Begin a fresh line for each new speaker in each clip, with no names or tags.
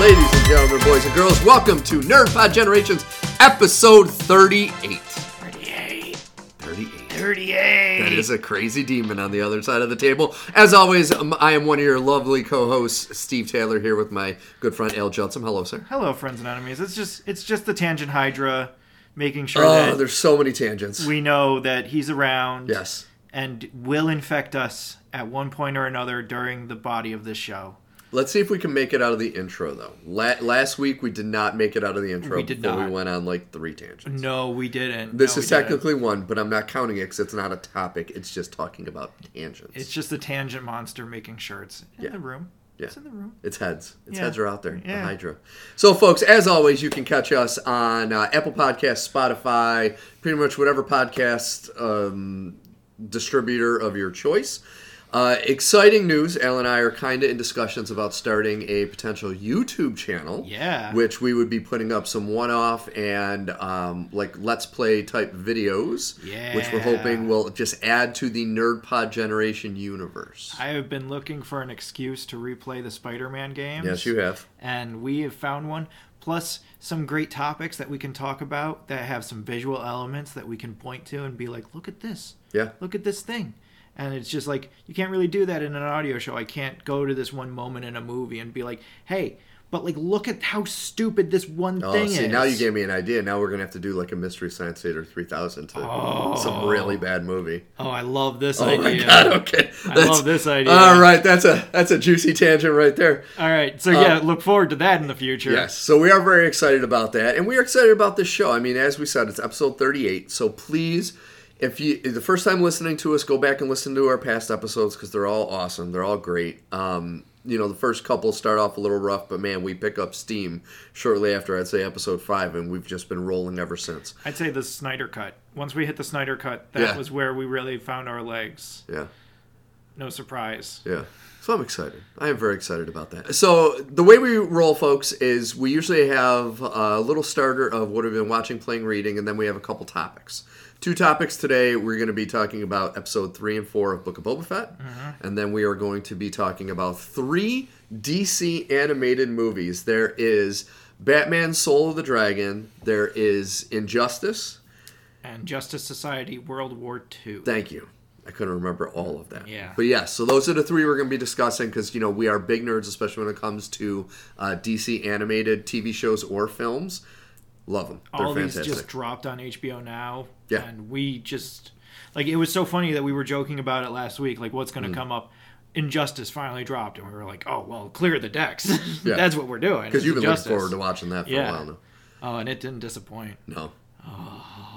Ladies and gentlemen, boys and girls, welcome to Nerd Pod Generations, episode 38.
38.
38.
38.
That is a crazy demon on the other side of the table. As always, um, I am one of your lovely co-hosts, Steve Taylor, here with my good friend Al Judson. Hello, sir.
Hello, friends and enemies. It's just it's just the tangent hydra making sure
Oh,
that
there's so many tangents.
we know that he's around
Yes.
and will infect us at one point or another during the body of this show.
Let's see if we can make it out of the intro, though. La- last week we did not make it out of the intro
We did
before
not.
we went on like three tangents.
No, we didn't.
This
No,
is
we didn't.
technically one, but I'm not counting it because it's not a topic. It's just talking about tangents.
it's just the tangent monster making sure it's in the room.
Yeah.
It's in the room.
It's heads. It's
Yeah.
heads are out there. The
Yeah.
Hydra. So, folks, as always, you can catch us on uh, Apple Podcasts, Spotify, pretty much whatever podcast um, distributor of your choice. Uh, exciting news. Al and I are kind of in discussions about starting a potential YouTube channel.
Yeah.
Which we would be putting up some one off and um, like let's play type videos. Which we're
Yeah.
hoping will just add to the Nerd Pod Generation universe.
I have been looking for an excuse to replay the Spider-Man games.
yes, you have.
and we have found one plus some great topics that we can talk about that have some visual elements that we can point to and be like look at this
Yeah.
look at this thing and it's just like you can't really do that in an audio show i can't go to this one moment in a movie and be like hey but like look at how stupid this one
Oh,
thing
see,
is
now you gave me an idea. Now we're gonna have to do like a Mystery Science Theater 3000 to some really bad movie.
oh i love this
Oh
idea
my god! Okay,
I love this idea.
All right, that's a that's a juicy tangent right there.
all right so yeah look forward to that in the future
Um, Yes, so we are very excited about that, and we are excited about this show. I mean, as we said, it's episode 38. So please, if you the first time listening to us, go back and listen to our past episodes because they're all awesome. They're all great. Um, you know, the first couple start off a little rough, but man, we pick up steam shortly after I'd say episode five, and we've just been rolling ever since.
i'd say the snyder cut once we hit the snyder cut that
Yeah.
was where we really found our legs
Yeah.
no surprise
Yeah. So I'm excited. I am very excited about that. So the way we roll, folks, is we usually have a little starter of what we've been watching, playing, reading, and then we have a couple topics. Two topics today. We're going to be talking about episode three and four of Book of Boba Fett, and then we are going to be talking about three DC animated movies. There is Batman: Soul of the Dragon. There is Injustice.
and Justice Society World War II.
Thank you. I couldn't remember all of that.
Yeah.
But yes, so those are the three we're going to be discussing because, you know, we are big nerds, especially when it comes to uh, DC animated TV shows or films. Love them. They're
All these
fantastic.
just dropped on HBO now.
Yeah.
And we just like it was so funny that we were joking about it last week, like what's
Mm.
gonna come up. Injustice finally dropped, and we were like, "Oh well, clear the decks.
Yeah.
That's what we're doing."
Because you've been
Injustice.
looking forward to watching that for
Yeah.
a while now.
Oh, and it didn't disappoint.
No.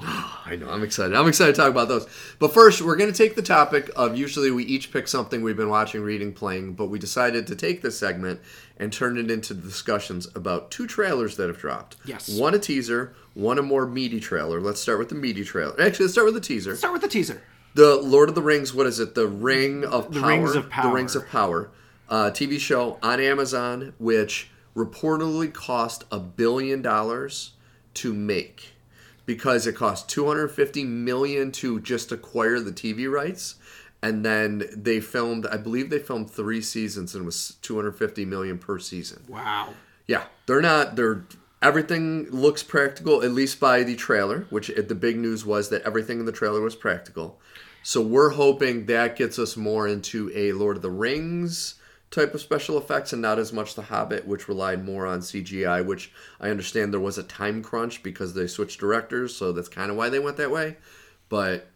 I know. I'm excited. I'm excited to talk about those. But first, we're going to take the topic of usually we each pick something we've been watching, reading, playing, but we decided to take this segment and turn it into discussions about two trailers that have dropped.
Yes.
One a teaser, one a more meaty trailer. Let's start with the meaty trailer. Actually, let's start with the teaser.
Start with the teaser.
The Lord of the Rings, what is it? The Ring of
The
Power.
Rings of
The
Power.
Rings of Power. Uh, TV show on Amazon, which reportedly cost a billion dollars to make because it cost 250 million to just acquire the TV rights. And then they filmed, I believe they filmed three seasons and it was 250 million per season.
Wow.
Yeah, they're not. They're everything looks practical, at least by the trailer. Which uh, the big news was that everything in the trailer was practical. So we're hoping that gets us more into a Lord of the Rings type of special effects and not as much The Hobbit, which relied more on CGI. Which I understand there was a time crunch because they switched directors, so that's kind of why they went that way. But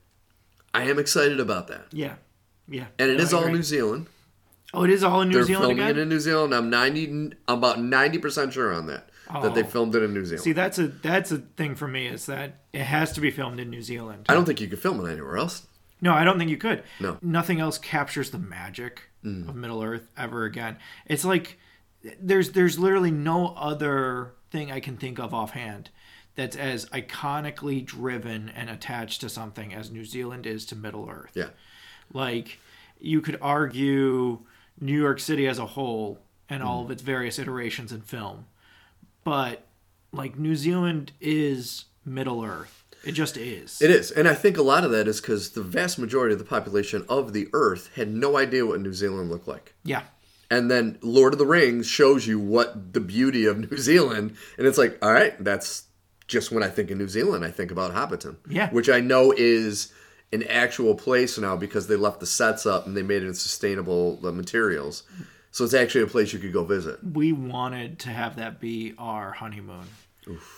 I am excited about that,
Yeah. Yeah.
and it is all
new.
New Zealand.
Oh, it is all in New
They're
Zealand
filming
again.
it in New Zealand. I'm ninety, about ninety percent sure on that. That they
Oh.
filmed it in New Zealand.
See, that's a that's a thing for me is that it has to be filmed in New Zealand.
I don't think you could film it anywhere else.
No, I don't think you could.
No. Mm.
Nothing else captures the magic of Middle Earth ever again. It's like there's there's literally no other thing I can think of offhand that's as iconically driven and attached to something as New Zealand is to Middle Earth.
Yeah.
Like you could argue New York City as a whole and
Mm.
all of its various iterations in film. But like New Zealand is Middle Earth. It just is.
It is. And I think a lot of that is because the vast majority of the population of the earth had no idea what New Zealand looked like.
yeah.
And then Lord of the Rings shows you what the beauty of New Zealand, and it's like, all right, that's just when I think of New Zealand, I think about Hobbiton.
Yeah.
Which I know is an actual place now because they left the sets up and they made it in sustainable uh, materials. So it's actually a place you could go visit.
we wanted to have that be our honeymoon.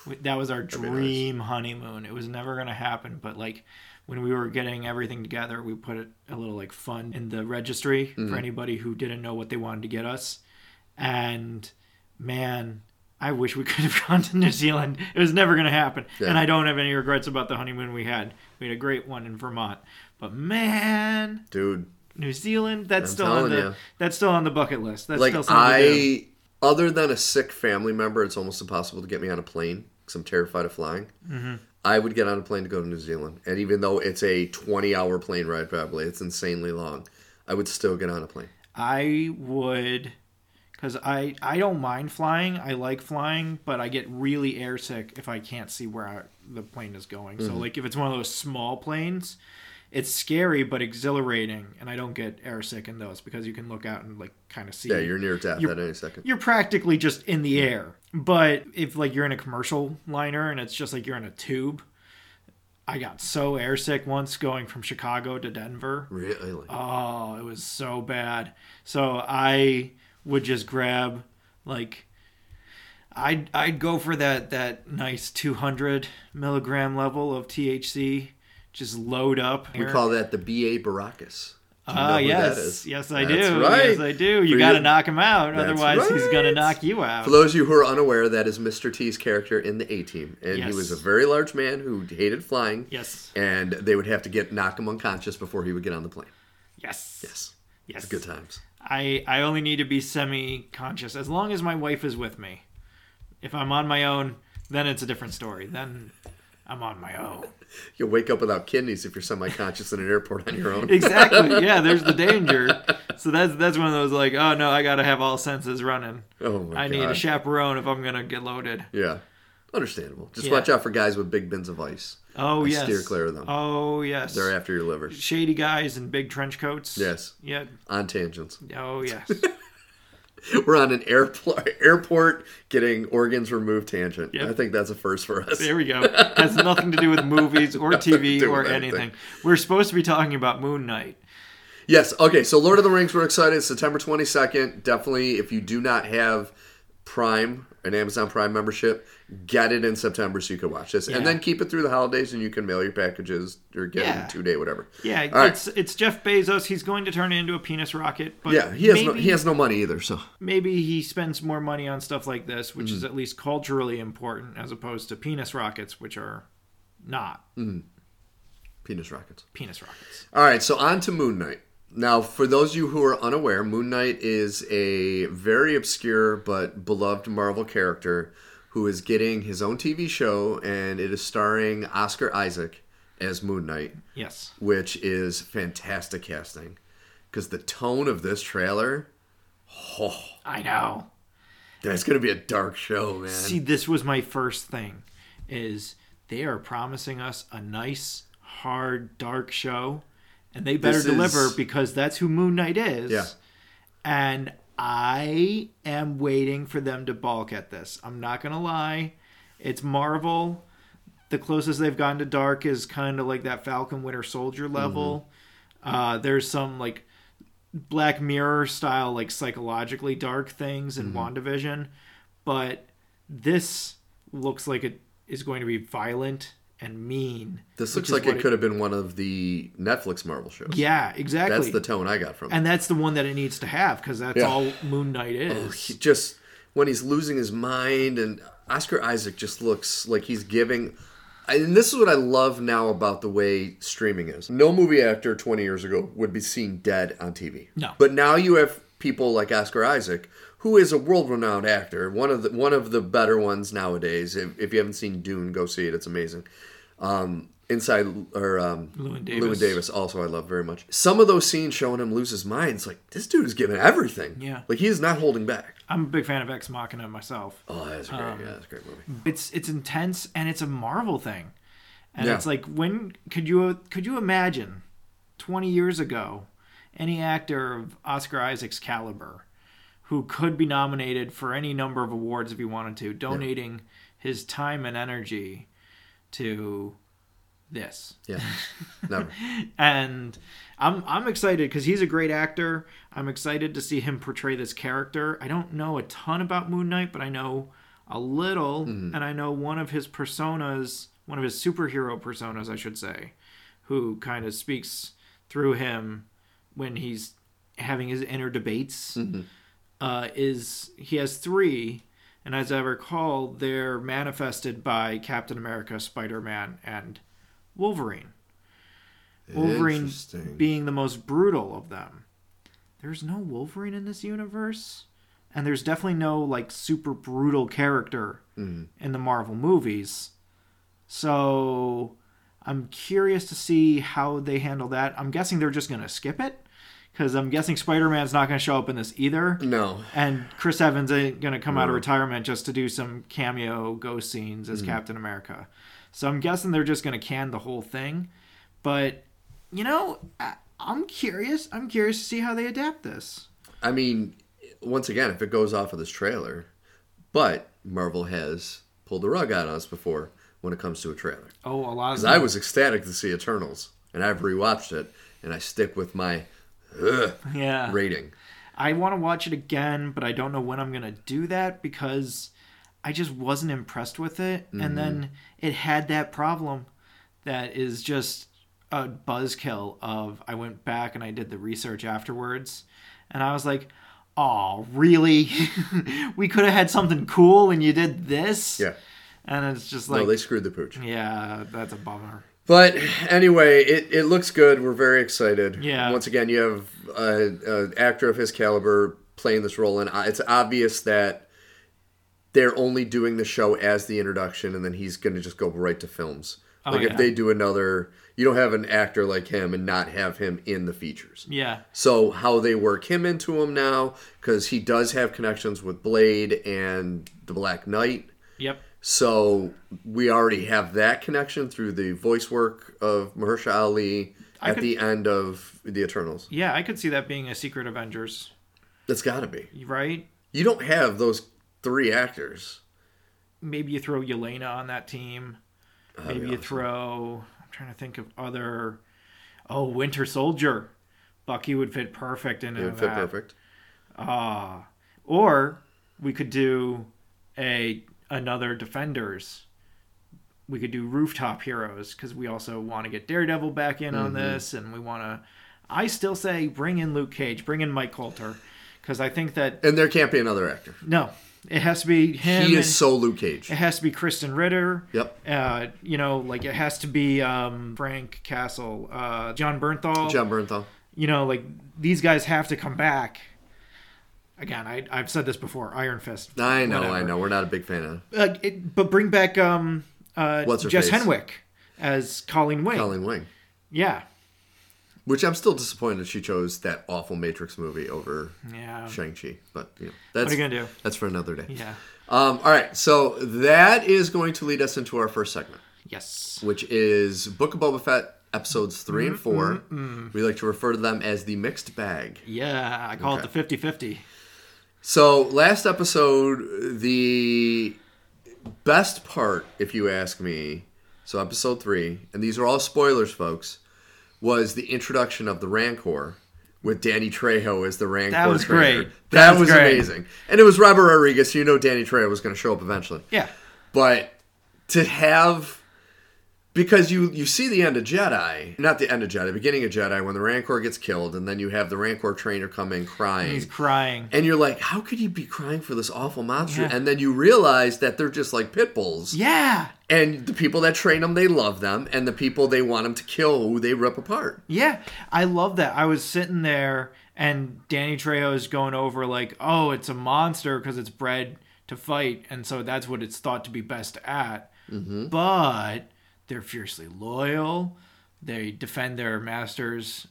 We- That was our dream honeymoon. It was never going to happen, but like when we were getting everything together, we put it a little like fun in the registry
Mm-hmm.
for anybody who didn't know what they wanted to get us. And man, I wish we could have gone to New Zealand. It was never going to happen.
Yeah.
And I don't have any regrets about the honeymoon we had. We had a great one in Vermont. But man,
Dude,
New Zealand, that's still on
telling
the
you.
that's still on the bucket list. That's
like
still something to do.
I other than a sick family member, it's almost impossible to get me on a plane cuz I'm terrified of flying.
Mm-hmm.
I would get on a plane to go to New Zealand. And even though it's a 20-hour plane ride probably, it's insanely long. I would still get on a plane.
I would, because I I don't mind flying. I like flying, but I get really airsick if I can't see where I, the plane is going. So
Mm-hmm.
like if it's one of those small planes, it's scary but exhilarating, and I don't get airsick in those because you can look out and like kind of see.
Yeah, you're near death
You're-
at any second.
you're practically just in the air. But if like you're in a commercial liner and it's just like you're in a tube, I got so airsick once going from Chicago to Denver.
Really?
Oh, it was so bad. So I would just grab like I'd I'd go for that that nice 200 milligram level of THC. Just load up.
We call that the BA Baracus. Do you know
Ah,
who
yes,
that is?
yes, I
That's
do.
Right.
Yes, I do. You
For
got to
you-
knock him out,
That's
otherwise he's gonna
right.
knock you out.
For those of you who are unaware, that is Mr. T's character in the A Team, and
Yes.
he was a very large man who hated flying.
Yes,
And they would have to get knock him unconscious before he would get on the plane.
yes,
Yes.
yes.
Good times.
I I only need to be semi-conscious as long as my wife is with me. If I'm on my own, then it's a different story. Then I'm on my own.
You'll wake up without kidneys if you're semi-conscious in an airport on your own.
Exactly. Yeah, there's the danger. So that's that's one of those like, oh no, I gotta have all senses running.
Oh my
I need a
God.
chaperone if I'm gonna get loaded.
Yeah. Understandable. Just
Yeah.
watch out for guys with big bins of ice.
Oh
I
yes.
steer clear of them.
Oh yes.
They're after your liver.
Shady guys in big trench coats.
Yes.
Yeah.
On tangents.
Oh yes.
We're on an airport airport getting organs removed tangent.
Yep.
I think that's a first for us.
there we go. Has nothing to do with movies or TV
do
or
with anything.
anything. We're supposed to be talking about Moon Knight.
Yes. Okay. So Lord of the Rings, we're excited. September 22nd. Definitely, if you do not have Prime, an Amazon Prime membership, get it in September so you can watch this.
Yeah.
And then keep it through the holidays and you can mail your packages or get
Yeah.
it in two day, whatever.
Yeah,
All right.
it's it's Jeff Bezos. He's going to turn it into a penis rocket, but
Yeah. He has,
maybe,
no, he has no money either. So,
maybe he spends more money on stuff like this, which is at least culturally important, as opposed to penis rockets, which are not
penis rockets.
penis rockets.
All right, so on to Moon Knight. Now, for those of you who are unaware, Moon Knight is a very obscure but beloved Marvel character who is getting his own TV show, and it is starring Oscar Isaac as Moon Knight,
Yes.
which is fantastic casting. Because the tone of this trailer, oh,
I know.
that's going to be a dark show, man.
See, this was my first thing is they are promising us a nice, hard, dark show, and they better
This
deliver
is-
because that's who Moon Knight is.
Yeah.
And I am waiting for them to balk at this. I'm not gonna lie. It's Marvel. The closest they've gotten to dark is kind of like that Falcon Winter Soldier
Mm-hmm.
level. Uh, there's some like Black Mirror style, like psychologically dark things in
Mm-hmm.
WandaVision, but this looks like it is going to be violent and mean.
this looks
which is
like
what
it could have been one of the Netflix Marvel shows.
Yeah, exactly.
That's the tone I got from it.
and that's the one that it needs to have because that's
Yeah. Oh,
all Moon Knight is.
he just when he's losing his mind and Oscar Isaac just looks like he's giving and this is what I love now about the way streaming is. No movie actor 20 years ago would be seen dead on TV.
No.
But now you have people like Oscar Isaac who is a world-renowned actor, one of the one of the better ones nowadays. If, if you haven't seen Dune, go see it. It's amazing. Um, Inside or um,
Llewyn Davis.
Llewyn Davis, also I love very much. Some of those scenes showing him lose his mind, it's like this dude is giving everything.
Yeah.
Like he is not holding back.
I'm a big fan of Ex Machina myself.
Oh, that's a great.
Um.
yeah, that's a great movie.
It's it's intense and it's a Marvel thing, and
Yeah.
it's like when could you could you imagine, 20 years ago, any actor of Oscar Isaac's caliber who could be nominated for any number of awards if he wanted to, donating his time and energy to this.
Yeah, never.
and I'm I'm excited because he's a great actor. I'm excited to see him portray this character. I don't know a ton about Moon Knight, but I know a little, and I know one of his personas, one of his superhero personas, I should say, who kind of speaks through him when he's having his inner debates. Uh, is he has three. And as I recall, they're manifested by Captain America, Spider Man, and Wolverine. Wolverine
Interesting.
being the most brutal of them. There's no Wolverine in this universe, and there's definitely no like super brutal character in the Marvel movies. So I'm curious to see how they handle that. I'm guessing they're just going to skip it because I'm guessing Spider-Man's not going to show up in this either.
No,
And Chris Evans ain't going to come out of retirement just to do some cameo ghost scenes as Captain America. So I'm guessing they're just going to can the whole thing. But, you know, I, I'm curious. I'm curious to see how they adapt this.
I mean, once again, if it goes off of this trailer, but Marvel has pulled the rug out on us before when it comes to a trailer.
Oh, a lot of
'Cause I was ecstatic to see Eternals, and I've rewatched it, and I stick with my ugh,
yeah.
rating.
I want to watch it again, but I don't know when I'm going to do that because I just wasn't impressed with it.
Mm-hmm.
And then it had that problem that is just a buzzkill of I went back and I did the research afterwards and I was like, "Oh, really? we could have had something cool and you did this?"
Yeah.
And it's just
No,
like,
they screwed the pooch.
yeah, that's a bummer.
But anyway, it, it looks good. We're very excited.
Yeah.
Once again, you have an actor of his caliber playing this role, and uh, it's obvious that they're only doing the show as the introduction, and then he's going to just go right to films.
Oh,
like
yeah.
if they do another, you don't have an actor like him and not have him in the features.
Yeah.
So how they work him into him now, because he does have connections with Blade and the Black Knight.
Yep.
So we already have that connection through the voice work of Mahershala Ali
I
at
could-
the end of the Eternals.
Yeah, I could see that being a Secret Avengers,
That's got to be.
right?
You don't have those three actors.
maybe you throw Yelena on that team.
Oh,
Maybe you throw. I'm trying to think of other. Oh, Winter Soldier. Bucky would fit perfect into
It would fit
that.
perfect.
Ah, or we could do a another Defenders. We could do Rooftop Heroes because we also want to get Daredevil back in
Mm-hmm.
on this, and we want to. I still say bring in Luke Cage, bring in Mike Coulter, because I think that
And there can't be another actor.
no, it has to be him.
he
and-
is so Luke Cage.
it has to be Kristen Ritter.
Yep.
Uh, you know, like it has to be um, Frank Castle, uh, John Bernthal.
John Bernthal.
You know, like these guys have to come back. Again, I, I've said this before. Iron Fist.
I know, I
whatever.
know. We're not a big fan of
Uh, it, but bring back um, uh,
What's her
Jess
face?
Henwick as Colleen Wing.
Colleen Wing,
Yeah.
which I'm still disappointed she chose that awful Matrix movie over
Yeah.
Shang-Chi. But, you know, that's,
What are you gonna do?
That's for another day.
Yeah.
Um, all right, so that is going to lead us into our first segment.
Yes.
which is Book of Boba Fett episodes 3
Mm-hmm,
and 4 We like to refer to them as the mixed bag.
Yeah. I call it the 50-50.
So last episode, the best part, if you ask me, so episode three, and these are all spoilers, folks, was the introduction of the Rancor. With Danny Trejo as the Rancor
That was
trainer.
great.
That,
That was
was
great.
amazing, and it was Robert Rodriguez. So you know Danny Trejo was going to show up eventually.
Yeah.
but to have because you you see the end of Jedi, not the end of Jedi, beginning of Jedi when the Rancor gets killed, and then you have the Rancor trainer come in crying.
He's crying.
and you're like, how could you be crying for this awful monster?
Yeah.
And then you realize that they're just like pit bulls.
Yeah.
And the people that train them, they love them. And the people they want them to kill, who they rip apart.
Yeah, I love that. I was sitting there and Danny Trejo is going over like, "Oh, it's a monster because it's bred to fight, and so that's what it's thought to be best at." But they're fiercely loyal. They defend their masters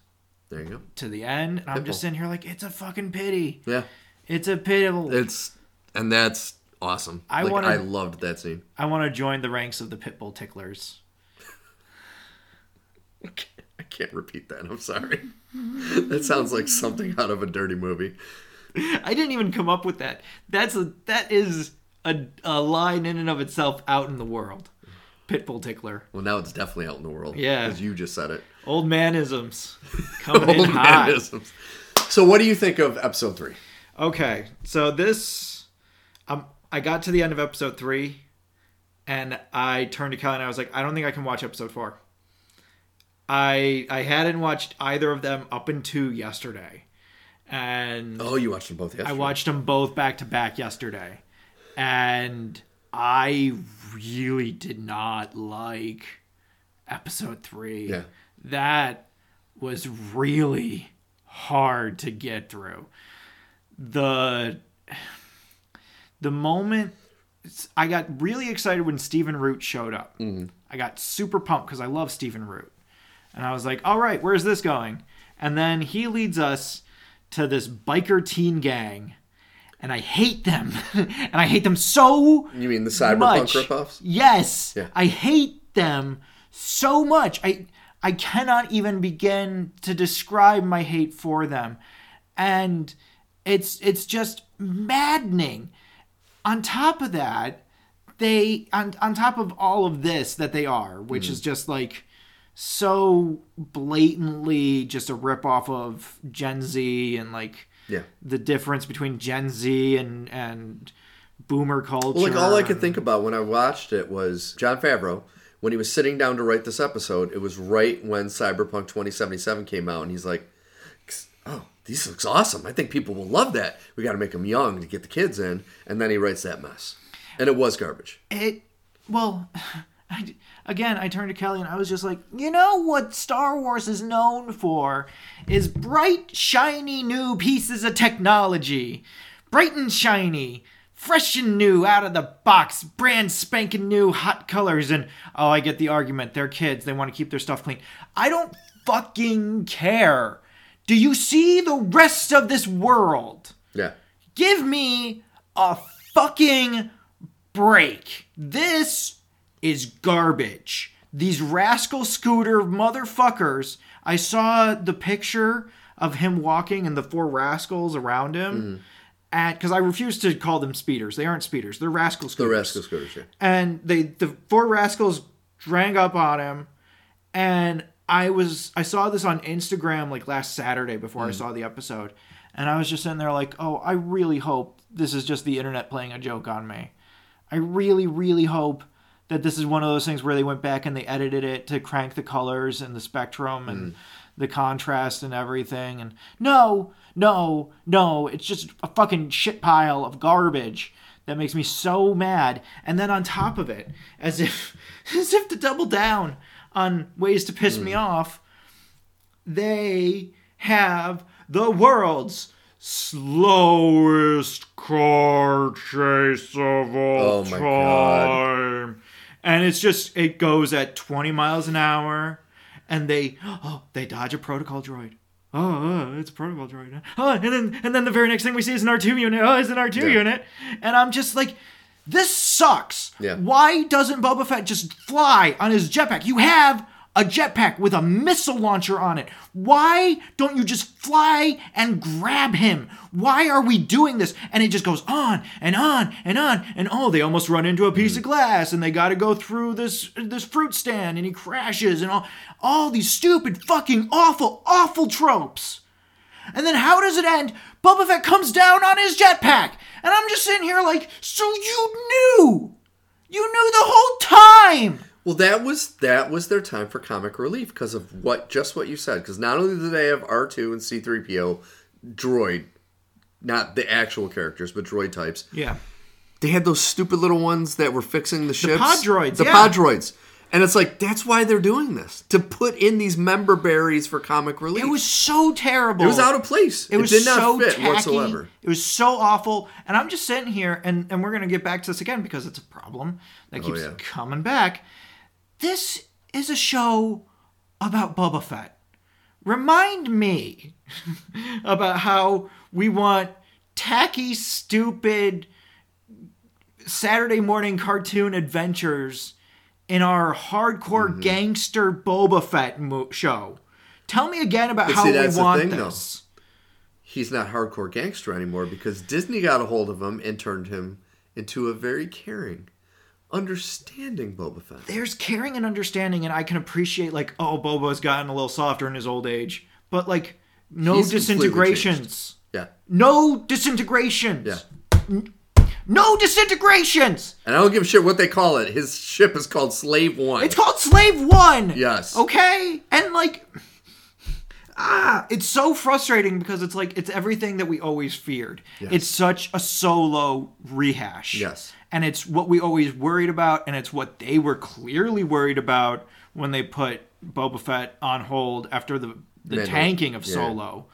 There you go.
to the end. And I'm
Pitbull.
just sitting here like, "It's a fucking pity.
Yeah.
It's a pitiable.
It's, and that's awesome.
I
like,
wanted-
I loved that scene.
I want to join the ranks of the pitbull ticklers."
I can't- I can't repeat that. I'm sorry. That sounds like something out of a dirty movie.
I didn't even come up with that. That's a that is a, a line in and of itself out in the world. Pitbull tickler.
Well, now it's definitely out in the world.
Yeah.
Because you just said it. Oh,
Old manisms coming in hot.
manisms. So, what do you think of episode three?
Okay, so this, um, I got to the end of episode three, and I turned to Kelly and I was like, I don't think I can watch episode four. I I hadn't watched either of them up until yesterday, and
Oh, you watched them both yesterday.
I watched them both back to back yesterday, and I really did not like episode three.
Yeah.
That was really hard to get through. The the moment I got really excited when Stephen Root showed up. I got super pumped because I love Stephen Root. And I was like, all right, where's this going? And then he leads us to this biker teen gang. And I hate them. and I hate them so
You mean the cyberpunk
much.
ripoffs?
Yes.
Yeah.
I hate them so much. I I cannot even begin to describe my hate for them. And it's it's just maddening. On top of that, they on on top of all of this that they are, which
Hmm.
is just like so blatantly just a ripoff of Gen Z and like
Yeah.
the difference between Gen Z and and boomer culture.
Well, like all I could
and-
think about when I watched it was John Favreau when he was sitting down to write this episode. It was right when Cyberpunk 2077 came out, and he's like, "Oh, this looks awesome! I think people will love that. We got to make them young to get the kids in." And then he writes that mess, and it was garbage.
it well I, again i turned to kelly and i was just like you know what star wars is known for is bright shiny new pieces of technology bright and shiny fresh and new out of the box brand spanking new hot colors and oh i get the argument they're kids they want to keep their stuff clean i don't fucking care do you see the rest of this world
Yeah,
Give me a fucking break. This is garbage. These rascal scooter motherfuckers. I saw the picture of him walking and the four rascals around him. At because I refuse to call them speeders. They aren't speeders. They're rascal
the
scooters
rest of Scooters. Yeah.
and they the four rascals drank up on him and i was i saw this on instagram like last saturday before i saw the episode and i was just sitting there like oh i really hope this is just the internet playing a joke on me i really really hope that this is one of those things where they went back and they edited it to crank the colors and the spectrum and the contrast and everything and no no no it's just a fucking shit pile of garbage that makes me so mad. And then on top of it, as if as if to double down on ways to piss me off, they have the world's slowest car chase of
Oh
all
my
time.
God.
And it's just it goes at 20 miles an hour and they oh, they dodge a protocol droid. Oh, oh, it's a protocol droid. Oh, and then and then the very next thing we see is an R2 unit. Oh, it's an R2
Yeah.
unit. And I'm just like this sucks.
Yeah.
Why doesn't Boba Fett just fly on his jetpack? You have a jetpack with a missile launcher on it. Why don't you just fly and grab him? Why are we doing this? And it just goes on and on and on and oh, they almost run into a piece of glass and they got to go through this this fruit stand and he crashes and all all these stupid fucking awful awful tropes. And then how does it end? Boba Fett comes down on his jetpack. And I'm just sitting here like, so you knew. You knew the whole time.
Well, that was that was their time for comic relief because of what just what you said. Because not only do they have R two and C three PO droid, not the actual characters, but droid types.
Yeah.
they had those stupid little ones that were fixing the ships.
pod droids,
The
yeah.
pod droids. And it's like, that's why they're doing this. To put in these member berries for comic relief.
It was so terrible.
It was out of place. It,
It was
did not
so
fit
tacky.
whatsoever.
It was so awful. And I'm just sitting here, and, and we're going to get back to this again because it's a problem that keeps
Oh, yeah.
coming back. This is a show about Boba Fett. Remind me about how we want tacky, stupid Saturday morning cartoon adventures in our hardcore
Mm-hmm.
gangster Boba Fett mo- show. Tell me again about how
see,
we
that's the
want
thing, though.
this.
he's not hardcore gangster anymore because Disney got a hold of him and turned him into a very caring, understanding Boba Fett.
there's caring and understanding, and I can appreciate like, oh, Boba's gotten a little softer in his old age, but like, no
He's completely
disintegrations,
Yeah.
no disintegrations, N- no disintegrations.
And I don't give a shit what they call it. His ship is called Slave One.
It's called Slave One.
Yes.
Okay, and like, ah, it's so frustrating because it's like it's everything that we always feared. It's such a solo rehash.
Yes.
and it's what we always worried about, and it's what they were clearly worried about when they put Boba Fett on hold after the the
Mandal-
tanking of
yeah.
Solo.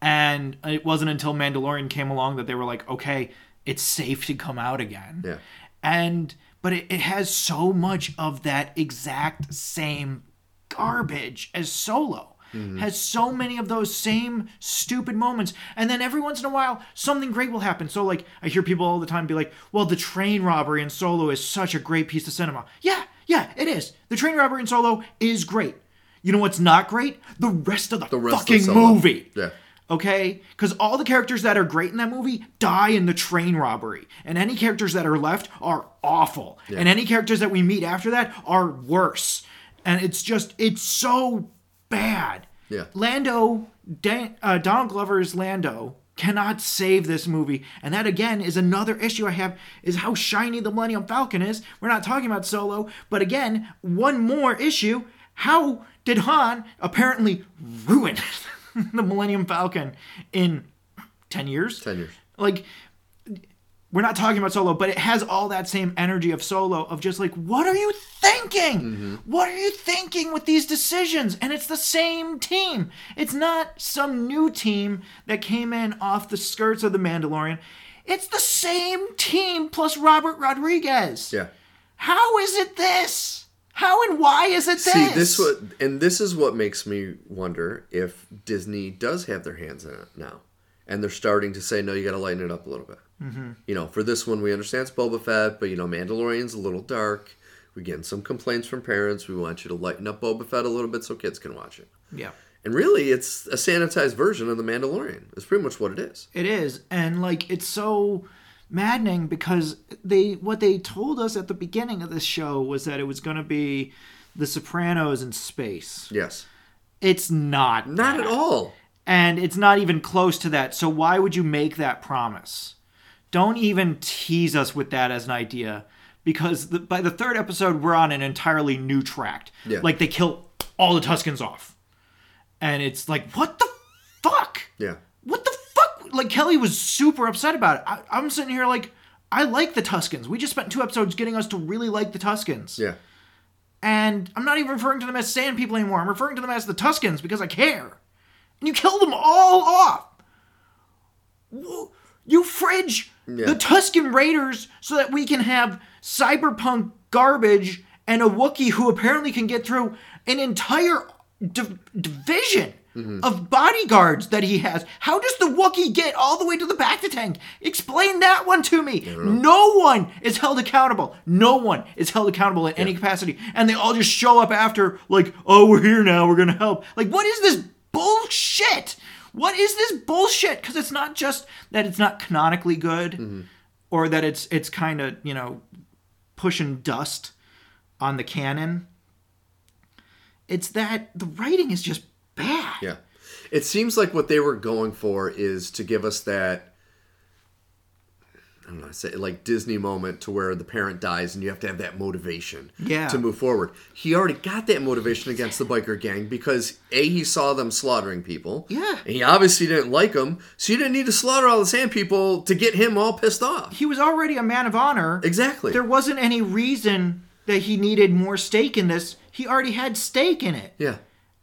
And it wasn't until Mandalorian came along that they were like, okay, it's safe to come out again
Yeah.
and but it, it has so much of that exact same garbage as solo
Mm-hmm.
has so many of those same stupid moments and then every once in a while something great will happen so like i hear people all the time be like well the train robbery in solo is such a great piece of cinema yeah yeah it is the train robbery in solo is great you know what's not great the rest of the,
The rest of
fucking
Solo.
movie
Yeah.
okay? Because all the characters that are great in that movie die in the train robbery, and any characters that are left are awful, and any characters that we meet after that are worse, and it's just it's so bad.
Yeah.
Lando, Dan, uh, Donald Glover's Lando cannot save this movie, and that again is another issue I have is how shiny the Millennium Falcon is. We're not talking about Solo, but again, one more issue: how did Han apparently ruin the Millennium Falcon in ten years?
Ten years.
Like, we're not talking about solo but it has all that same energy of solo of just like what are you thinking
Mm-hmm.
what are you thinking with these decisions and it's the same team it's not some new team that came in off the skirts of the mandalorian it's the same team plus robert rodriguez
Yeah.
how is it this how and why is it
See,
this
this what, and this is what makes me wonder if Disney does have their hands in it now, and they're starting to say, "No, you got to lighten it up a little bit." Mm-hmm. You know, for this one, we understand it's Boba Fett, but you know, Mandalorian's a little dark. We're getting some complaints from parents. We want you to lighten up Boba Fett a little bit so kids can watch it.
yeah
And really, it's a sanitized version of the Mandalorian. It's pretty much what it is.
It is, and like it's so maddening because they what they told us at the beginning of this show was that it was going to be The Sopranos in space.
Yes,
It's not.
not at
that.
all.
And it's not even close to that. So why would you make that promise? Don't even tease us with that as an idea because the, by the third episode we're on an entirely new tract.
Yeah.
Like they kill all the Tuscans off. And it's like what the fuck?
Yeah,
what the fuck? Like Kelly was super upset about it. I, I'm sitting here like, I like the Tuscans. We just spent two episodes getting us to really like the Tuscans.
yeah,
And I'm not even referring to them as sand people anymore. I'm referring to them as the Tuscans because I care. And you kill them all off. Wh- You fridge
Yeah.
the Tuscan Raiders so that we can have cyberpunk garbage and a Wookiee who apparently can get through an entire div- division of bodyguards that he has. How does the Wookiee get all the way to the back to tank? Explain that one to me. No one is held accountable. No one is held accountable in any capacity. And they all just show up after, like, oh, we're here now. We're going to help. Like, what is this bullshit? What is this bullshit? Because it's not just that it's not canonically good, or that it's it's kind of you know pushing dust on the canon. It's that the writing is just bad.
yeah. It seems like what they were going for is to give us that. I don't know. I Say like Disney moment to where the parent dies and you have to have that motivation
Yeah.
to move forward. He already got that motivation against the biker gang because a he saw them slaughtering people.
Yeah.
and he obviously didn't like them, so you didn't need to slaughter all the sand people to get him all pissed off.
He was already a man of honor.
Exactly.
There wasn't any reason that he needed more stake in this. He already had stake in it.
yeah.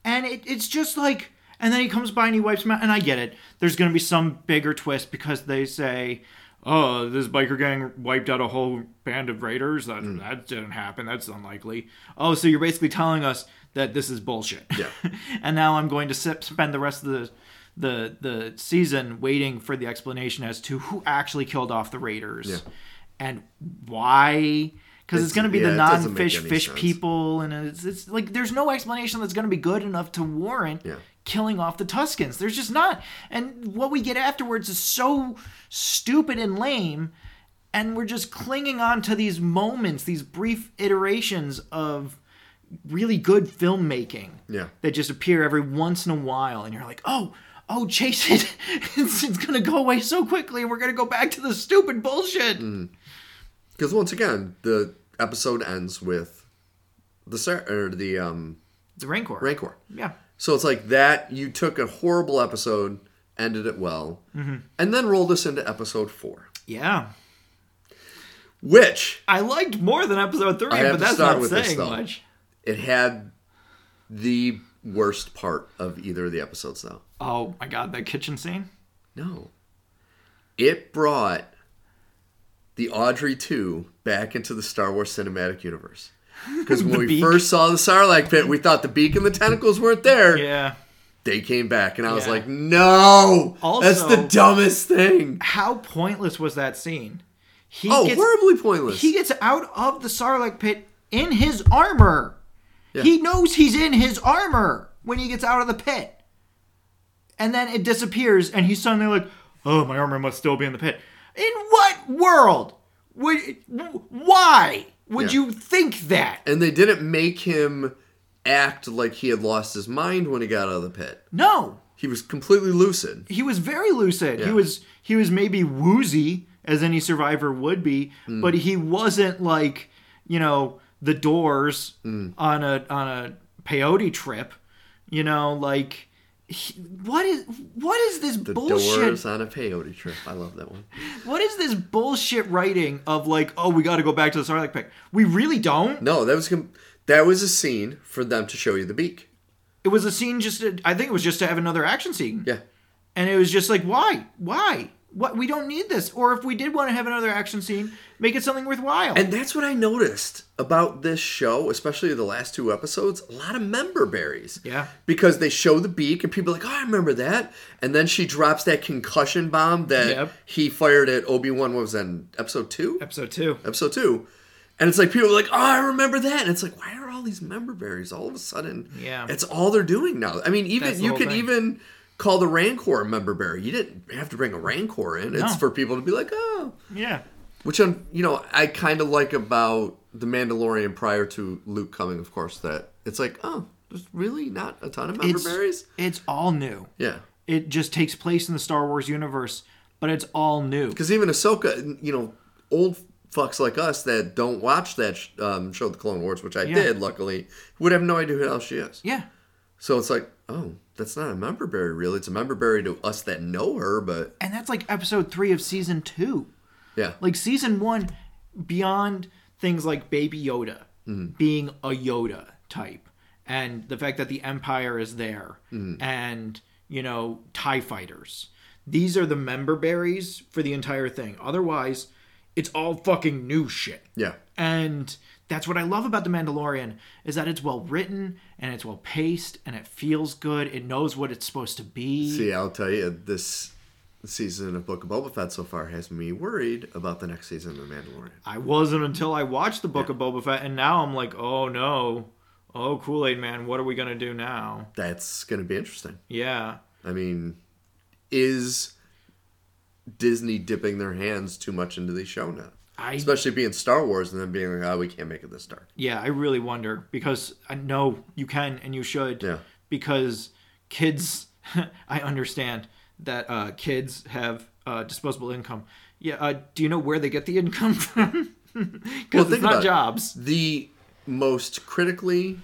And it, it's just like, and then he comes by and he wipes him out. And I get it. There's going to be some bigger twist because they say, oh, this biker gang wiped out a whole band of raiders. That,
Mm.
that didn't happen. That's unlikely. Oh, so you're basically telling us that this is bullshit.
Yeah.
and now I'm going to sip, spend the rest of the. The, the season waiting for the explanation as to who actually killed off the raiders and why because it's,
It's-
going to be
yeah,
the
it doesn't
non-fish
make any
fish
sense.
people people and it's, it's like there's no explanation that's going to be good enough to warrant
Yeah.
killing off the Tuscans. There's just not. And what we get afterwards is so stupid and lame. And we're just clinging on to these moments, these brief iterations of really good filmmaking
Yeah.
that just appear every once in a while. And you're like, oh, oh, chase it. it's, it's going to go away so quickly. And we're going to go back to the stupid bullshit.
Mm. Because once again, the episode ends with the Sar- or the um,
The Rancor.
Rancor.
yeah.
So it's like that. You took a horrible episode, ended it well,
Mm-hmm.
and then rolled us into episode four,
Yeah.
which
I liked more than episode three,
have to
but that's
start
not
with this,
saying
though.
much.
it had the worst part of either of the episodes. Though
Oh my god, that kitchen scene.
no, it brought the Audrey two back into the Star Wars cinematic universe. Because when we
beak.
first saw the Sarlacc pit, we thought the beak and the tentacles weren't there.
Yeah.
they came back and i was
Yeah.
like no that's
Also-
the dumbest thing
How pointless was that scene? He
oh
gets
horribly pointless
he gets out of the Sarlacc pit in his armor. He knows he's in his armor when he gets out of the pit. And then it disappears and he's suddenly like, "Oh, my armor must still be in the pit." In what world would why would
Yeah.
you think that?
and they didn't make him act like he had lost his mind when he got out of the pit
No.
he was completely lucid
he was very lucid.
Yeah.
He was he was maybe woozy as any survivor would be,
Hmm.
but he wasn't like you know the Doors
Hmm.
on a on a peyote trip. You know, like he, what is what is this
the
bullshit?
doors on a peyote trip i love that one
What is this bullshit writing of like oh we got to go back to the Sarlacc pit? We really don't.
no that was com- that was a scene for them to show you the beak
It was a scene just to, I think it was just to have another action scene.
yeah
And it was just like, why? Why? What? We don't need this. Or if we did want to have another action scene, make it something worthwhile.
and that's what i noticed about this show especially the last two episodes a lot of member berries
yeah.
because they show the beak and people are like, oh, I remember that. And then she drops that concussion bomb that
Yep.
he fired at Obi Wan. What was that? in Episode two.
Episode two.
Episode two. And it's like people are like, oh, I remember that. And it's like, why are all these member berries all of a sudden?
Yeah.
it's all they're doing now. I mean, even
That's the
you
whole
could
thing.
even call the Rancor a member berry. You didn't have to bring a Rancor in. It's
No.
for people to be like, oh,
Yeah.
which I'm, you know, I kind of like about the Mandalorian prior to Luke coming, of course. That it's like, oh, there's really not a ton of member
It's
berries.
it's all new.
Yeah.
It just takes place in the Star Wars universe, but it's all new.
Because even Ahsoka, you know, old fucks like us that don't watch that sh- um, show, The Clone Wars, which I
Yeah.
did, luckily, would have no idea who else she is.
Yeah.
So it's like, oh, that's not a member berry, really. It's a member berry to us that know her, but
And that's like episode three of season two.
yeah.
Like season one, beyond things like Baby Yoda being a Yoda type, and the fact that the Empire is there, and you know Tie Fighters. These are the member berries for the entire thing. Otherwise, it's all fucking new shit.
yeah.
and that's what I love about The Mandalorian is that it's well written and it's well paced and it feels good. It knows what it's supposed to be.
See, I'll tell you, this season of Book of Boba Fett so far has me worried about the next season of The Mandalorian.
I wasn't until I watched the Book of Boba Fett, and now I'm like, oh no, oh Kool Aid Man, what are we gonna do now?
That's going to be interesting.
Yeah,
I mean, is Disney dipping their hands too much into the show now?
I
Especially being Star Wars and then being like, oh, we can't make it this dark.
yeah, I really wonder because I know you can and you should.
Yeah.
Because kids, I understand that uh, kids have uh, disposable income. Yeah. Uh, do you know where they get the income from? Because
think
it's
about
not
it.
jobs.
The most critically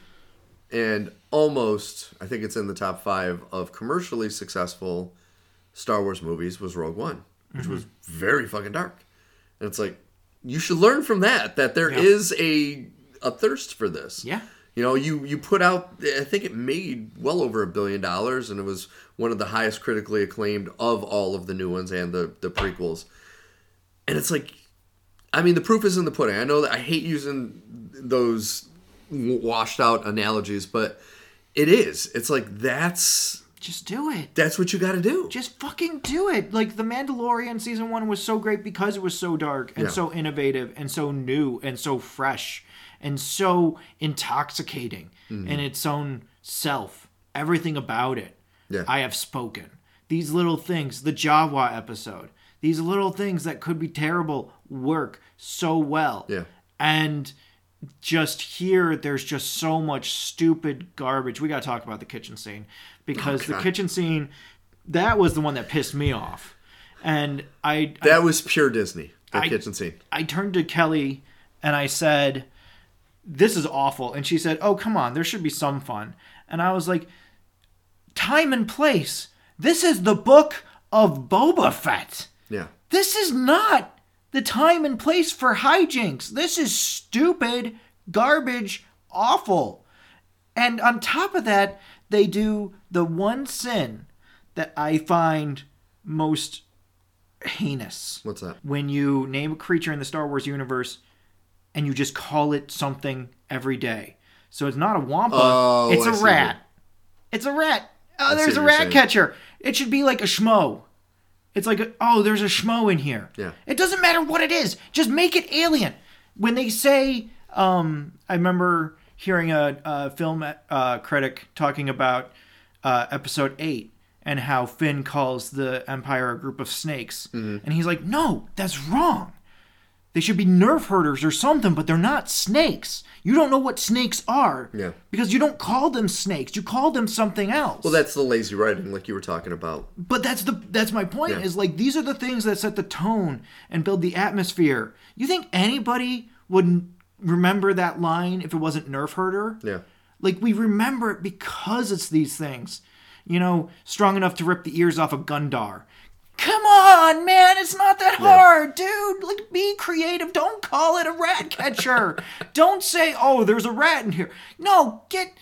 and almost, I think it's in the top five of commercially successful Star Wars movies was Rogue One, which was very fucking dark. And it's like, you should learn from that, that there
Yeah.
is a a thirst for this.
Yeah.
You know, you, you put out, I think it made well over a billion dollars, and it was one of the highest critically acclaimed of all of the new ones and the, the prequels. And it's like, I mean, the proof is in the pudding. I know that I hate using those washed out analogies, but it is. It's like that's
Just do it.
that's what you got to do.
Just fucking do it. Like The Mandalorian season one was so great because it was so dark and
Yeah.
so innovative and so new and so fresh and
Mm-hmm.
so intoxicating in its own self. Everything about it.
Yeah.
I have spoken. These little things, the Jawa episode, these little things that could be terrible work so well.
Yeah.
And just here, there's just so much stupid garbage. We got to talk about the kitchen scene because the kitchen scene, that was the one that pissed me off. And I, I-
That was pure Disney. The
I-
kitchen scene.
I turned to Kelly and I said, This is awful. And she said, Oh, come on, there should be some fun. And I was like, Time and place. This is the book of Boba Fett.
Yeah.
This is not the time and place for hijinks. This is stupid, garbage, awful. And on top of that, they do the one sin that I find most heinous
What's that?
when you name a creature in the Star Wars universe and you just call it something every day. So it's not a wampa,
Oh,
it's
I
a
see
rat.
what-
It's a rat. Oh,
see
there's a
what you're
rat
saying.
catcher. It should be like a schmo. It's like, a, oh, there's a schmo in here.
Yeah.
It doesn't matter what it is. Just make it alien. When they say, um, I remember hearing a, a film uh, critic talking about uh, episode eight and how Finn calls the Empire a group of snakes,
Mm-hmm.
and he's like, no, that's wrong. They should be nerve herders or something, but they're not snakes. You don't know what snakes are.
Yeah.
Because you don't call them snakes. You call them something else.
Well, that's the lazy writing, like you were talking about.
But that's the that's my point is like these are the things that set the tone and build the atmosphere. You think anybody would n- remember that line if it wasn't Nerf Herder?
Yeah.
Like we remember it because it's these things. You know, strong enough to rip the ears off a Gundar. Come on, man, it's not that hard, dude. Like be creative. Don't call it a rat catcher. Don't say, "Oh, there's a rat in here." No, get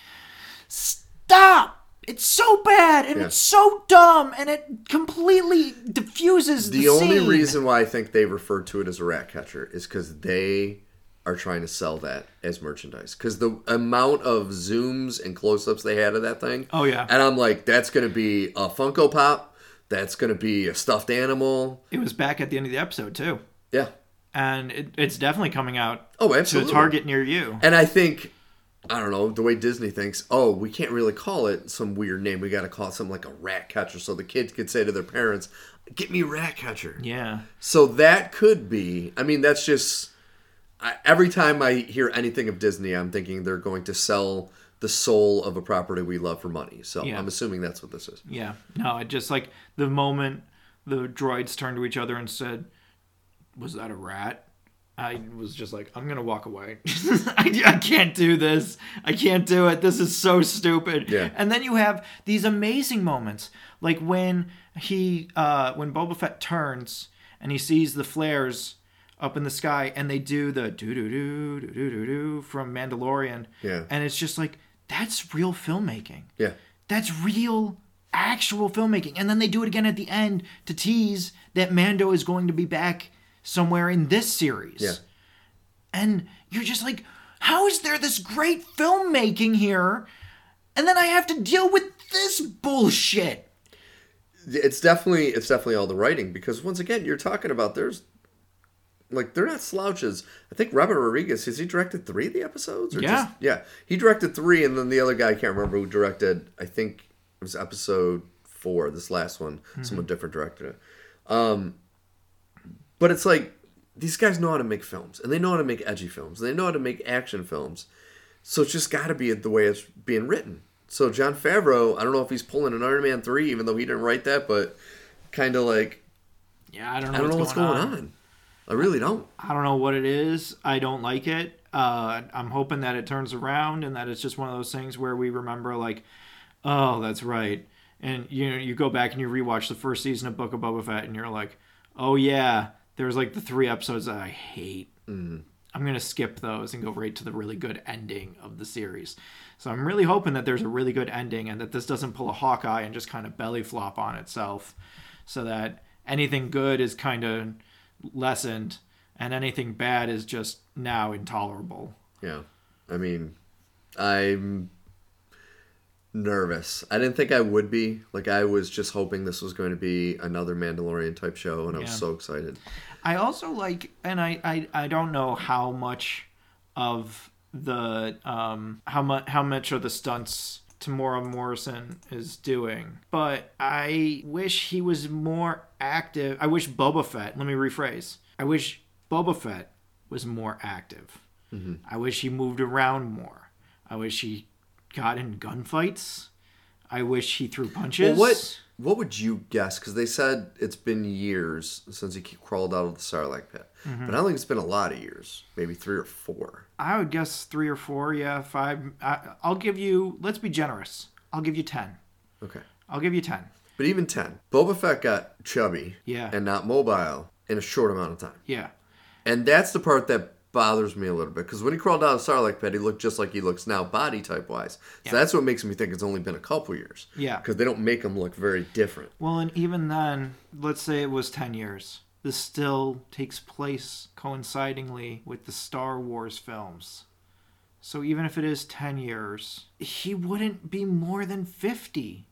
stop. It's so bad and it's so dumb and it completely diffuses the,
The only
scene.
reason why I think they referred to it as a rat catcher is because they are trying to sell that as merchandise. Because the amount of zooms and close ups they had of that thing.
Oh, yeah.
And I'm like, that's going to be a Funko Pop. That's going to be a stuffed animal.
It was back at the end of the episode too,
Yeah.
and it, it's definitely coming out
Oh,
to a
absolutely.
target near you.
And I think, I don't know, the way Disney thinks, oh, we can't really call it some weird name. We got to call it something like a rat catcher so the kids could say to their parents, get me a rat catcher.
Yeah.
So that could be. I mean, that's just. I, every time I hear anything of Disney, I'm thinking they're going to sell the soul of a property we love for money. So
Yeah.
I'm assuming that's what this is.
Yeah. No, it just like the moment the droids turned to each other and said, "Was that a rat?" I was just like, "I'm gonna walk away. I, I can't do this. I can't do it. This is so stupid."
Yeah.
And then you have these amazing moments, like when he, uh, when Boba Fett turns and he sees the flares up in the sky, and they do the doo doo doo doo doo doo doo from Mandalorian.
Yeah.
And it's just like that's real filmmaking.
Yeah.
That's real, actual filmmaking. And then they do it again at the end to tease that Mando is going to be back somewhere in this series.
Yeah.
And you're just like, how is there this great filmmaking here? And then I have to deal with this bullshit.
It's definitely it's definitely all the writing because once again you're talking about there's like they're not slouches. I think Robert Rodriguez has he directed three of the episodes or
Yeah.
just yeah he directed three and then the other guy I can't remember who directed I think it was episode four this last one someone different directed it. Um, But it's like these guys know how to make films, and they know how to make edgy films, and they know how to make action films. So it's just got to be the way it's being written. So John Favreau, I don't know if he's pulling an Iron Man three, even though he didn't write that, but kind of like
Yeah, I don't know,
I don't know what's going, on. I really don't.
I don't know what it is. I don't like it. Uh, I'm hoping that it turns around and that it's just one of those things where we remember, like, oh, that's right. And you know, you go back and you rewatch the first season of Book of Boba Fett, and you're like, oh yeah, there's like the three episodes that I hate. I'm gonna skip those and go right to the really good ending of the series. So I'm really hoping that there's a really good ending and that this doesn't pull a Hawkeye and just kind of belly flop on itself, so that anything good is kind of lessened and anything bad is just now intolerable.
Yeah, I mean, I'm nervous. I didn't think I would be. Like I was just hoping this was going to be another Mandalorian type show, and I was
Yeah.
so excited.
I also like, and I, I, I don't know how much of the um how much how much of the stunts Tamora Morrison is doing. But I wish he was more active. I wish Boba Fett, let me rephrase. I wish Boba Fett was more active.
Mm-hmm.
I wish he moved around more. I wish he got in gunfights. I wish he threw
Well,
punches.
what what would you guess? Because they said it's been years since he crawled out of the Sarlacc pit, but I don't think it's been a lot of years. Maybe three or four.
I would guess three or four. Yeah, five. I, I'll give you. Let's be generous. I'll give you ten.
Okay,
I'll give you ten.
but even ten. Boba Fett got chubby,
Yeah.
and not mobile in a short amount of time,
Yeah.
and that's the part that bothers me a little bit. Because when he crawled out of the Sarlacc pit, he looked just like he looks now, body type wise. So that's what makes me think it's only been a couple years.
Yeah.
because they don't make him look very different.
Well, and even then, let's say it was ten years. This still takes place coincidingly with the Star Wars films. So even if it is ten years, he wouldn't be more than 50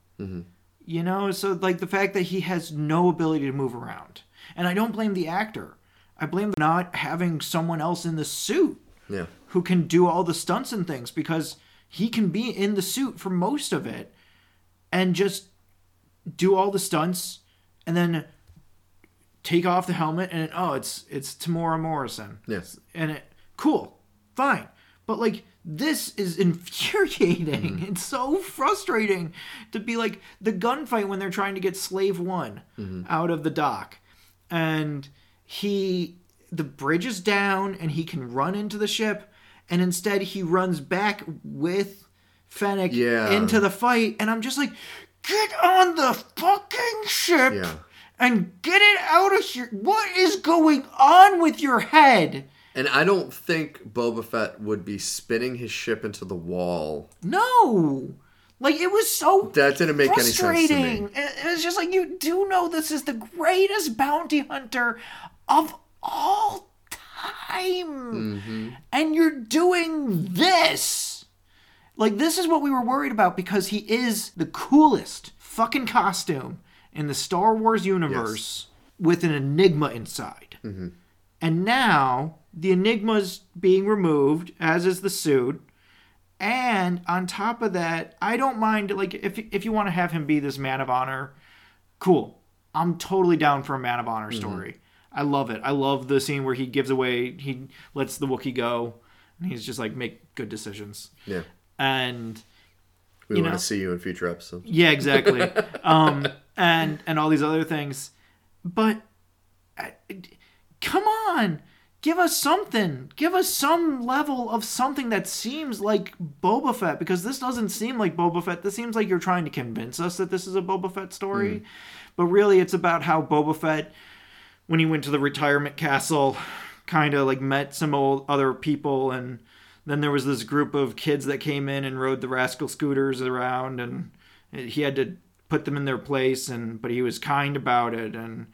You know, so like the fact that he has no ability to move around, and I don't blame the actor. I blame not having someone else in the suit.
Yeah.
who can do all the stunts and things because he can be in the suit for most of it and just do all the stunts and then take off the helmet and oh it's it's Tamora Morrison.
Yes.
And it cool. Fine. But like this is infuriating.
Mm-hmm.
It's so frustrating to be like the gunfight when they're trying to get Slave One
Mm-hmm.
out of the dock. And he the bridge is down and he can run into the ship and instead he runs back with Fennec
Yeah.
into the fight and I'm just like get on the fucking ship
Yeah.
and get it out of here. What is going on with your head?
And I don't think Boba Fett would be spinning his ship into the wall.
No. Like it was so
That didn't make any sense to me.
frustrating. It it was just like you do know this is the greatest bounty hunter of all time.
Mm-hmm.
And you're doing this. Like this is what we were worried about because he is the coolest fucking costume in the Star Wars universe with an enigma inside.
Mm-hmm.
And now the enigma's being removed, as is the suit. And on top of that, I don't mind like if if you want to have him be this man of honor, cool. I'm totally down for a man of honor story. I love it. I love the scene where he gives away, he lets the Wookiee go, and he's just like make good decisions.
Yeah.
And
We
You
want
know?
to see you in future episodes.
yeah, exactly. um, and and all these other things, but I- come on, give us something. Give us some level of something that seems like Boba Fett, because this doesn't seem like Boba Fett. This seems like you're trying to convince us that this is a Boba Fett story, but really it's about how Boba Fett, when he went to the retirement castle, kind of like met some old other people and. Then there was this group of kids that came in and rode the rascal scooters around, and he had to put them in their place and but he was kind about it and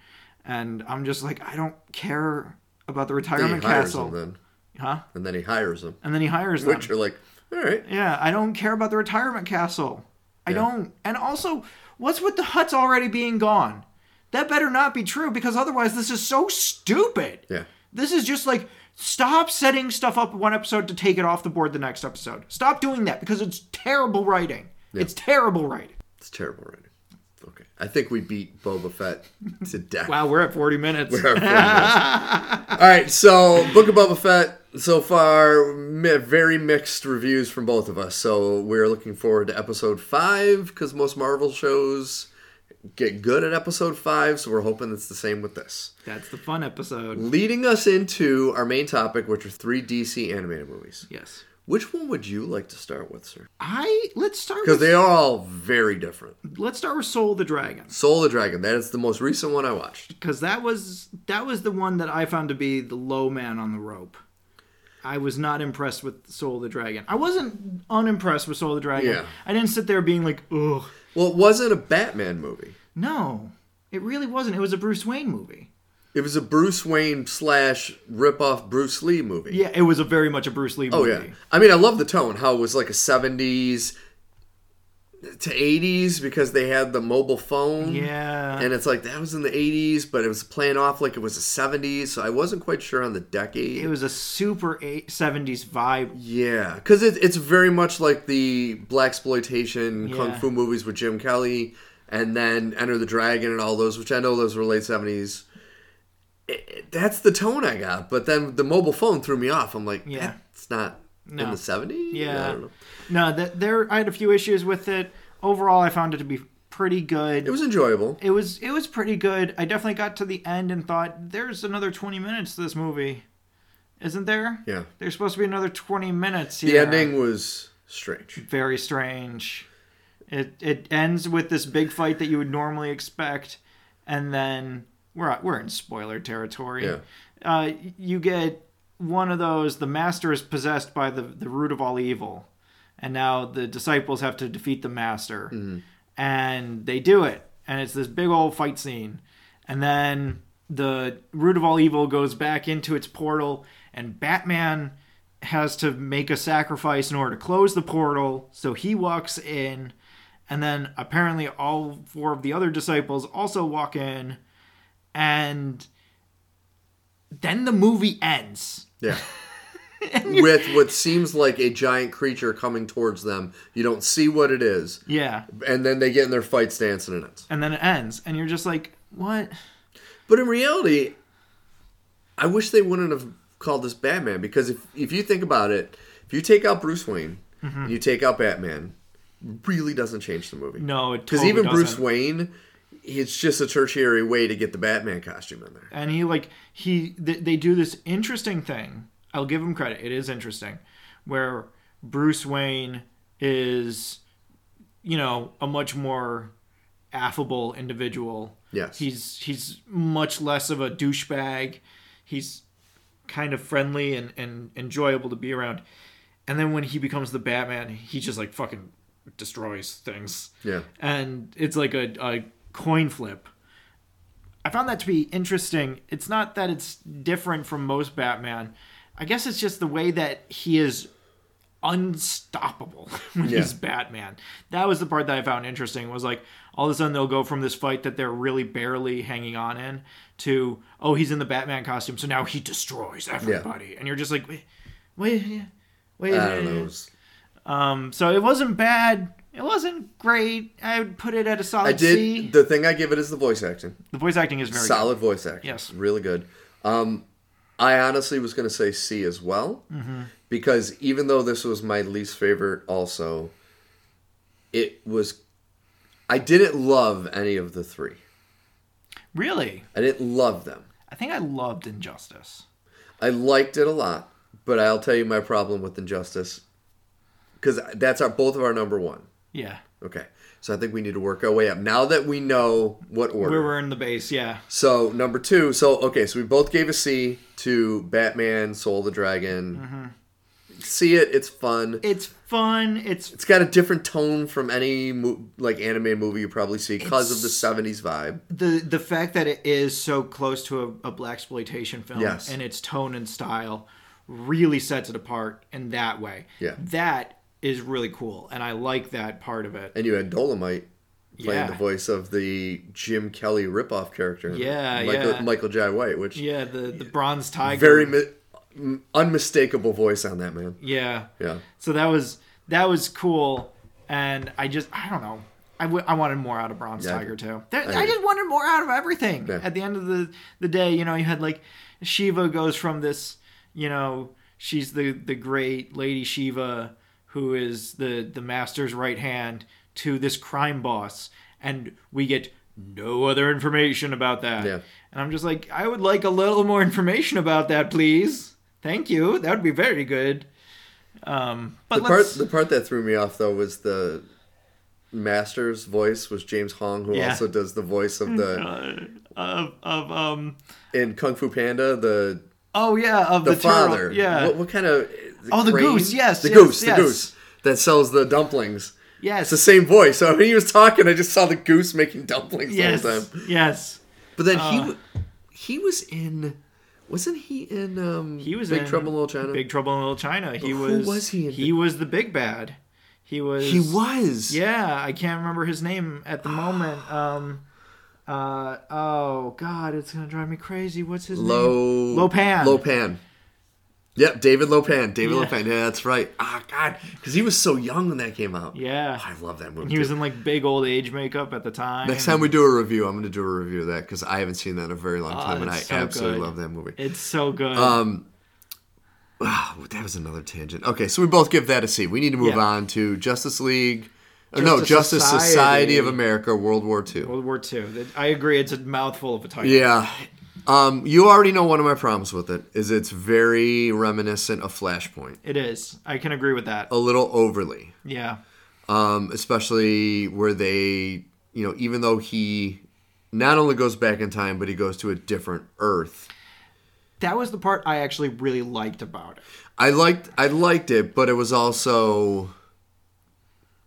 and I'm just like I don't care about the
Then he
retirement
hires him
castle
then.
huh
And then he hires him.
and then he hires them
Which are like, all right.
yeah I don't care about the retirement castle I don't and also what's with the huts already being gone that better not be true because otherwise this is so stupid
Yeah.
this is just like stop setting stuff up one episode to take it off the board the next episode stop doing that because it's terrible writing it's terrible writing
It's terrible writing. Okay. I think we beat Boba Fett to death.
Wow, we're at 40 minutes.
Our friend does. all right. So, Book of Boba Fett so far, mi- very mixed reviews from both of us. So, we're looking forward to episode five because most Marvel shows get good at episode five. So, we're hoping it's the same with this.
That's the fun episode.
Leading us into our main topic, which are three DC animated movies.
Yes.
Which one would you like to start with, sir?
I let's start
Because
with,
they are all very different.
let's start with Soul of the Dragon
Soul of the Dragon, that is the most recent one I watched.
because that was that was the one that I found to be the low man on the rope. I was not impressed with Soul of the Dragon. I wasn't unimpressed with Soul of the Dragon.
Yeah.
I didn't sit there being like, ugh.
Well, it wasn't a Batman movie.
No, it really wasn't. It was a Bruce Wayne movie.
It was a Bruce Wayne slash rip-off Bruce Lee movie.
Yeah, it was a very much a Bruce Lee
Oh
movie.
yeah. I mean, I love the tone. How it was like a '70s to 80s because they had the mobile phone.
Yeah.
And it's like that was in the 80s, but it was playing off like it was the 70s. So I wasn't quite sure on the decade.
it was a super eight, 70s vibe.
Yeah, because it, it's very much like the black exploitation kung
Yeah.
fu movies with Jim Kelly, and then Enter the Dragon and all those, which I know those were late seventies. That's the tone I got, but then the mobile phone threw me off. I'm like,
Yeah.
yeah, it's not in
No.
the seventies.
Yeah.
I don't know.
No, that there I had a few issues with it. Overall, I found it to be pretty good.
it was enjoyable.
It was it was pretty good. I definitely got to the end and thought there's another 20 minutes to this movie. Isn't there?
Yeah,
There's supposed to be another 20 minutes
the
here.
ending was strange.
very strange. It it ends with this big fight that you would normally expect and then we're we're in spoiler territory.
Yeah.
Uh you get one of those the master is possessed by the the root of all evil and now the disciples have to defeat the master and they do it and it's this big old fight scene and then the root of all evil goes back into its portal and batman has to make a sacrifice in order to close the portal so he walks in and then apparently all four of the other disciples also walk in and then the movie ends
Yeah. with what seems like a giant creature coming towards them. You don't see what it is.
yeah
And then they get in their fight stance and it ends.
and then it ends and you're just like what
But in reality, I wish they wouldn't have called this Batman because if if you think about it, if you take out Bruce Wayne,
Mm-hmm.
and you take out Batman, really doesn't change the movie.
no it
because
totally
even Bruce
doesn't.
Wayne, it's just a tertiary way to get the Batman costume in there.
and he like he th- they do this interesting thing i'll give him credit it is interesting where bruce wayne is you know a much more affable individual
Yes.
he's he's much less of a douchebag he's kind of friendly and, and enjoyable to be around and then when he becomes the batman he just like fucking destroys things
Yeah.
and it's like a, a coin flip. I found that to be interesting. It's not that it's different from most Batman. I guess it's just the way that he is unstoppable when
Yeah.
he's Batman. That was the part that I found interesting was like all of a sudden they'll go from this fight that they're really barely hanging on in to oh he's in the Batman costume so now he destroys everybody and you're just like wait wait wait
I don't know. it was-
um, so it wasn't bad. It wasn't great. I would put it at a solid
I
C.
did the thing I give it is the voice acting.
The voice acting is very
Solid voice acting.
Yes.
Really good. Um, I honestly was going to say C as well
Mm-hmm.
because even though this was my least favorite, also, it was. I didn't love any of the three.
good. Really,
I didn't love them.
I think I loved Injustice.
I liked it a lot, but I'll tell you my problem with Injustice because that's our both of our number one.
Yeah,
Okay, so I think we need to work our way up now that we know what order.
we were in the base. Yeah,
So number two. So okay. So we both gave a C to Batman, Soul of the
Mm-hmm.
Dragon. See it. It's fun.
it's fun. It's
It's got a different tone from any mo- like anime movie you probably see because of the '70s vibe.
the the fact that it is so close to a, a black exploitation film
Yes.
and its tone and style really sets it apart in that way.
Yeah.
that is really cool, and I like that part of it.
And you had Dolomite playing
Yeah.
the voice of the Jim Kelly ripoff character.
Yeah,
Michael,
yeah.
Michael Jai White, which
Yeah, the the bronze tiger.
very mi- m- unmistakable voice on that man.
yeah.
Yeah.
So that was that was cool, and I just I don't know. I, w- I wanted more out of Bronze
Yeah, I
Tiger too. There, I,
agree.
just wanted more out of everything.
Yeah.
At the end of the the day, you know, you had like Shiva goes from this, you know, she's the the great lady Shiva who is the the master's right hand to this crime boss, and we get no other information about that.
Yeah.
And I'm just like, I would like a little more information about that, please. Thank you. That would be very good. Um, but
The part
let's,
the part that threw me off though was the master's voice was James Hong, who
Yeah.
also does the voice of the.
uh, of of um
in Kung Fu Panda, the
oh yeah of the,
the, father.
turtle. yeah
What, what kind of?
Oh, the
crane?
goose, yes,
The
yes,
goose.
yes.
The goose that sells the dumplings.
yes
It's the same voice. So when he was talking, I just saw the goose making dumplings
yes
the whole time.
yes
But then he w- he was in. Wasn't he in? Um,
he was
Big
in
Trouble in Little China.
Big Trouble in Little China he
Who
was
was he in
he was the big bad He was.
He was.
Yeah, I can't remember his name at the moment. Um, uh, oh God, it's gonna drive me crazy. What's his
Low.
name? Lopan.
Lopan. Yep, David Lopan. David
Yeah.
Lopan. Yeah, that's right. Ah, God, because he was so young when that came out. Oh,
Yeah,
I love that movie.
he
dude.
was in like big old age makeup at the time.
Next time we do a review, I'm going to do a review of that because I haven't seen that in a very long time, and I
it's Ah, so
absolutely
good.
love that movie.
it's so good.
Uh, Ah, that was another tangent. Okay, so we both give that a C. We need to move
Yeah.
on to Justice League. or no,
Justice
Justice Society.
Society
of America, World War II.
World War II. That- I agree. It's a mouthful of a title.
Yeah. Um, you already know one of my problems with it is it's very reminiscent of Flashpoint,
It is. I can agree with that.
a little overly.
Yeah.
um, especially where they, you know, even though he not only goes back in time, but he goes to a different Earth.
That was the part I actually really liked about it.
I liked, I liked it, but it was also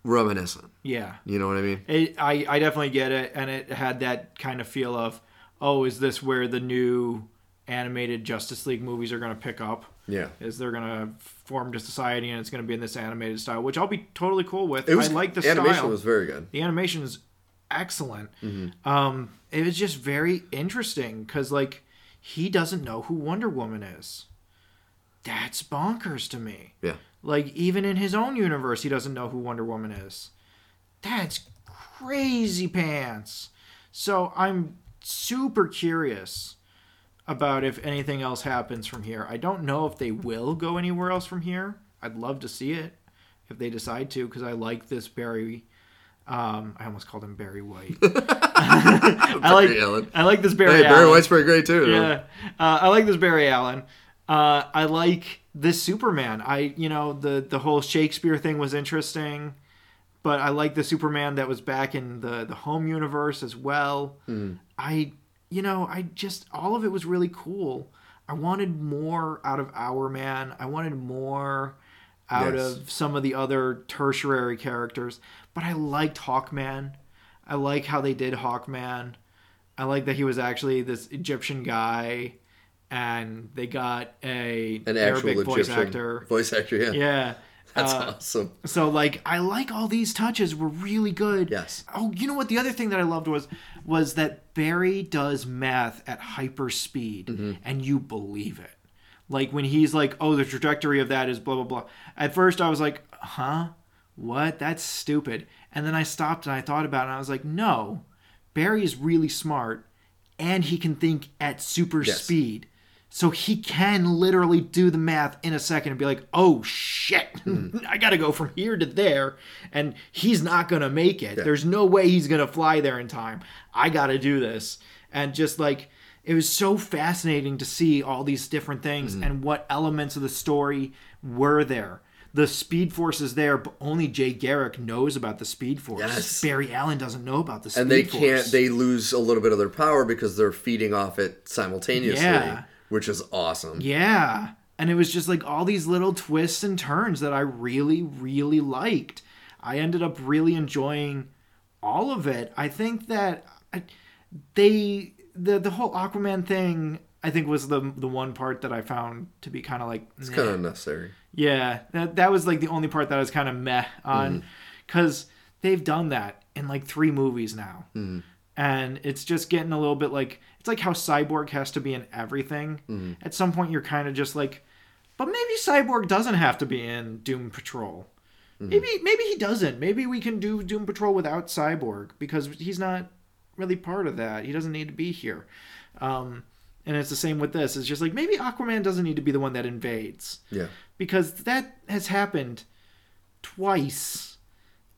reminiscent.
Yeah.
You know what I mean?
It, I, I definitely get it. And it had that kind of feel of, oh, is this where the new animated Justice League movies are going to pick up?
Yeah.
Is they're going to form a society and it's going to be in this animated style, which I'll be totally cool with.
It was
I like the
animation
style.
was very good.
the animation is excellent. Um, it was just very interesting because like he doesn't know who Wonder Woman is. That's bonkers to me.
Yeah.
Like even in his own universe, he doesn't know who Wonder Woman is. That's crazy pants. So I'm super curious about if anything else happens from here. I don't know if they will go anywhere else from here. I'd love to see it if they decide to because I like this Barry. Um, I almost called him Barry White. I like
Barry Allen.
I like this Barry.
Hey, Barry
Allen.
White's pretty great too.
Yeah, uh, I like this Barry Allen. Uh, I like this Superman. I you know the the whole Shakespeare thing was interesting, but I like the Superman that was back in the the home universe as well.
Hmm.
I you know I just all of it was really cool. I wanted more out of Our Man. I wanted more out
Yes.
of some of the other tertiary characters, but I liked Hawkman. I like how they did Hawkman. I like that he was actually this Egyptian guy, and they got a
An actual
Arabic voice
Egyptian
actor.
Voice actor, yeah.
Yeah,
That's
Uh,
awesome.
so like I like all these touches were really good.
Yes.
Oh, you know what? The other thing that I loved was was that Barry does math at hyper speed,
Mm-hmm.
and you believe it. Like when he's like, "Oh, the trajectory of that is blah blah blah." At first, I was like, "Huh? What? That's stupid." And then I stopped and I thought about it. and I was like, "No, Barry is really smart, and he can think at super
Yes.
speed." So he can literally do the math in a second and be like, oh shit,
Mm-hmm.
I gotta go from here to there. And he's not gonna make it. There's no way he's gonna fly there in time. I gotta do this. And just like, it was so fascinating to see all these different
Mm-hmm.
things and what elements of the story were there. The Speed Force is there, but only Jay Garrick knows about the Speed Force.
Yes.
Barry Allen doesn't know about the Speed
and they
Force.
can't they lose a little bit of their power because they're feeding off it simultaneously,
Yeah.
which is awesome.
Yeah. And it was just like all these little twists and turns that I really, really liked. I ended up really enjoying all of it. I think that I, they the the whole Aquaman thing I think was the the one part that I found to be kind of like
It's
meh.
kind of unnecessary.
yeah that that was like the only part that I was kind of meh on because they've done that in like three movies now and it's just getting a little bit like it's like how cyborg has to be in everything at some point you're kind of just like but maybe cyborg doesn't have to be in doom patrol
Mm-hmm.
maybe maybe he doesn't maybe we can do doom patrol without cyborg because he's not really part of that he doesn't need to be here um and it's the same with this it's just like maybe aquaman doesn't need to be the one that invades
Yeah.
because that has happened twice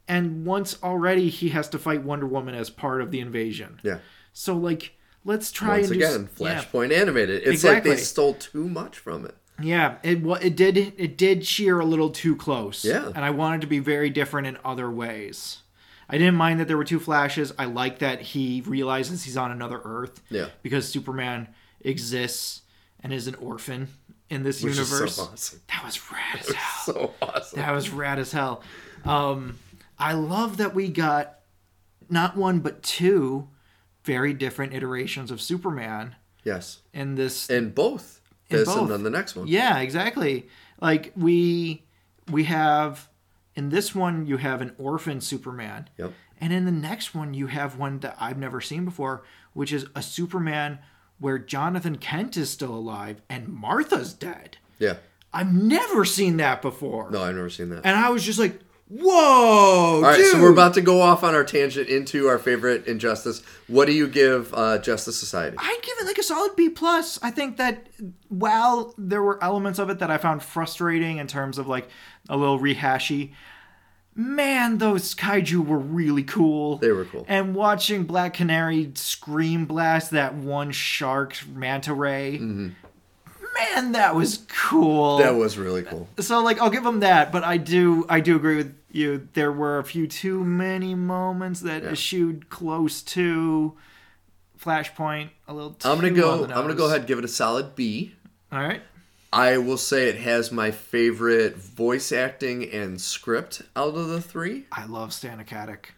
and once already he has to fight wonder woman as part of the invasion
Yeah.
so like let's try
Once
and do
again,
s- yeah.
Flashpoint animated. It's like
Exactly.
they stole too much from it.
Yeah, it wa- it did it did shear a little too close.
Yeah.
and I wanted to be very different in other ways. I didn't mind that there were two flashes. I like that he realizes he's on another Earth.
Yeah.
because Superman exists and is an orphan in this
Which is so
universe.
awesome.
That was rad as hell.
So awesome.
That was rad as hell. Um, I love that we got not one but two very different iterations of Superman
Yes.
in this
And both. this
both.
and then the next one.
yeah, exactly. Like we we have in this one you have an orphan Superman.
Yep.
And in the next one you have one that I've never seen before, which is a Superman where Jonathan Kent is still alive and Martha's dead.
Yeah.
I've never seen that before.
No, I've never seen that.
And I was just like, "Whoa,
All right,
dude!"
so we're about to go off on our tangent into our favorite injustice. What do you give uh, Justice Society?
I'd give it like a solid B plus. I think that while there were elements of it that I found frustrating in terms of like a little rehashy, man, those kaiju were really cool.
They were cool.
And watching Black Canary scream blast that one shark manta ray, man, that was cool.
Mm-hmm. That was really cool.
so like I'll give them that, but I do I do agree with you. There were a few too many moments that eschewed close to Flashpoint a little. Too
I'm gonna
on
go.
the
I'm gonna
nose.
go ahead and give it a solid B.
All right.
I will say it has my favorite voice acting and script out of the three.
I love Stan Akatic.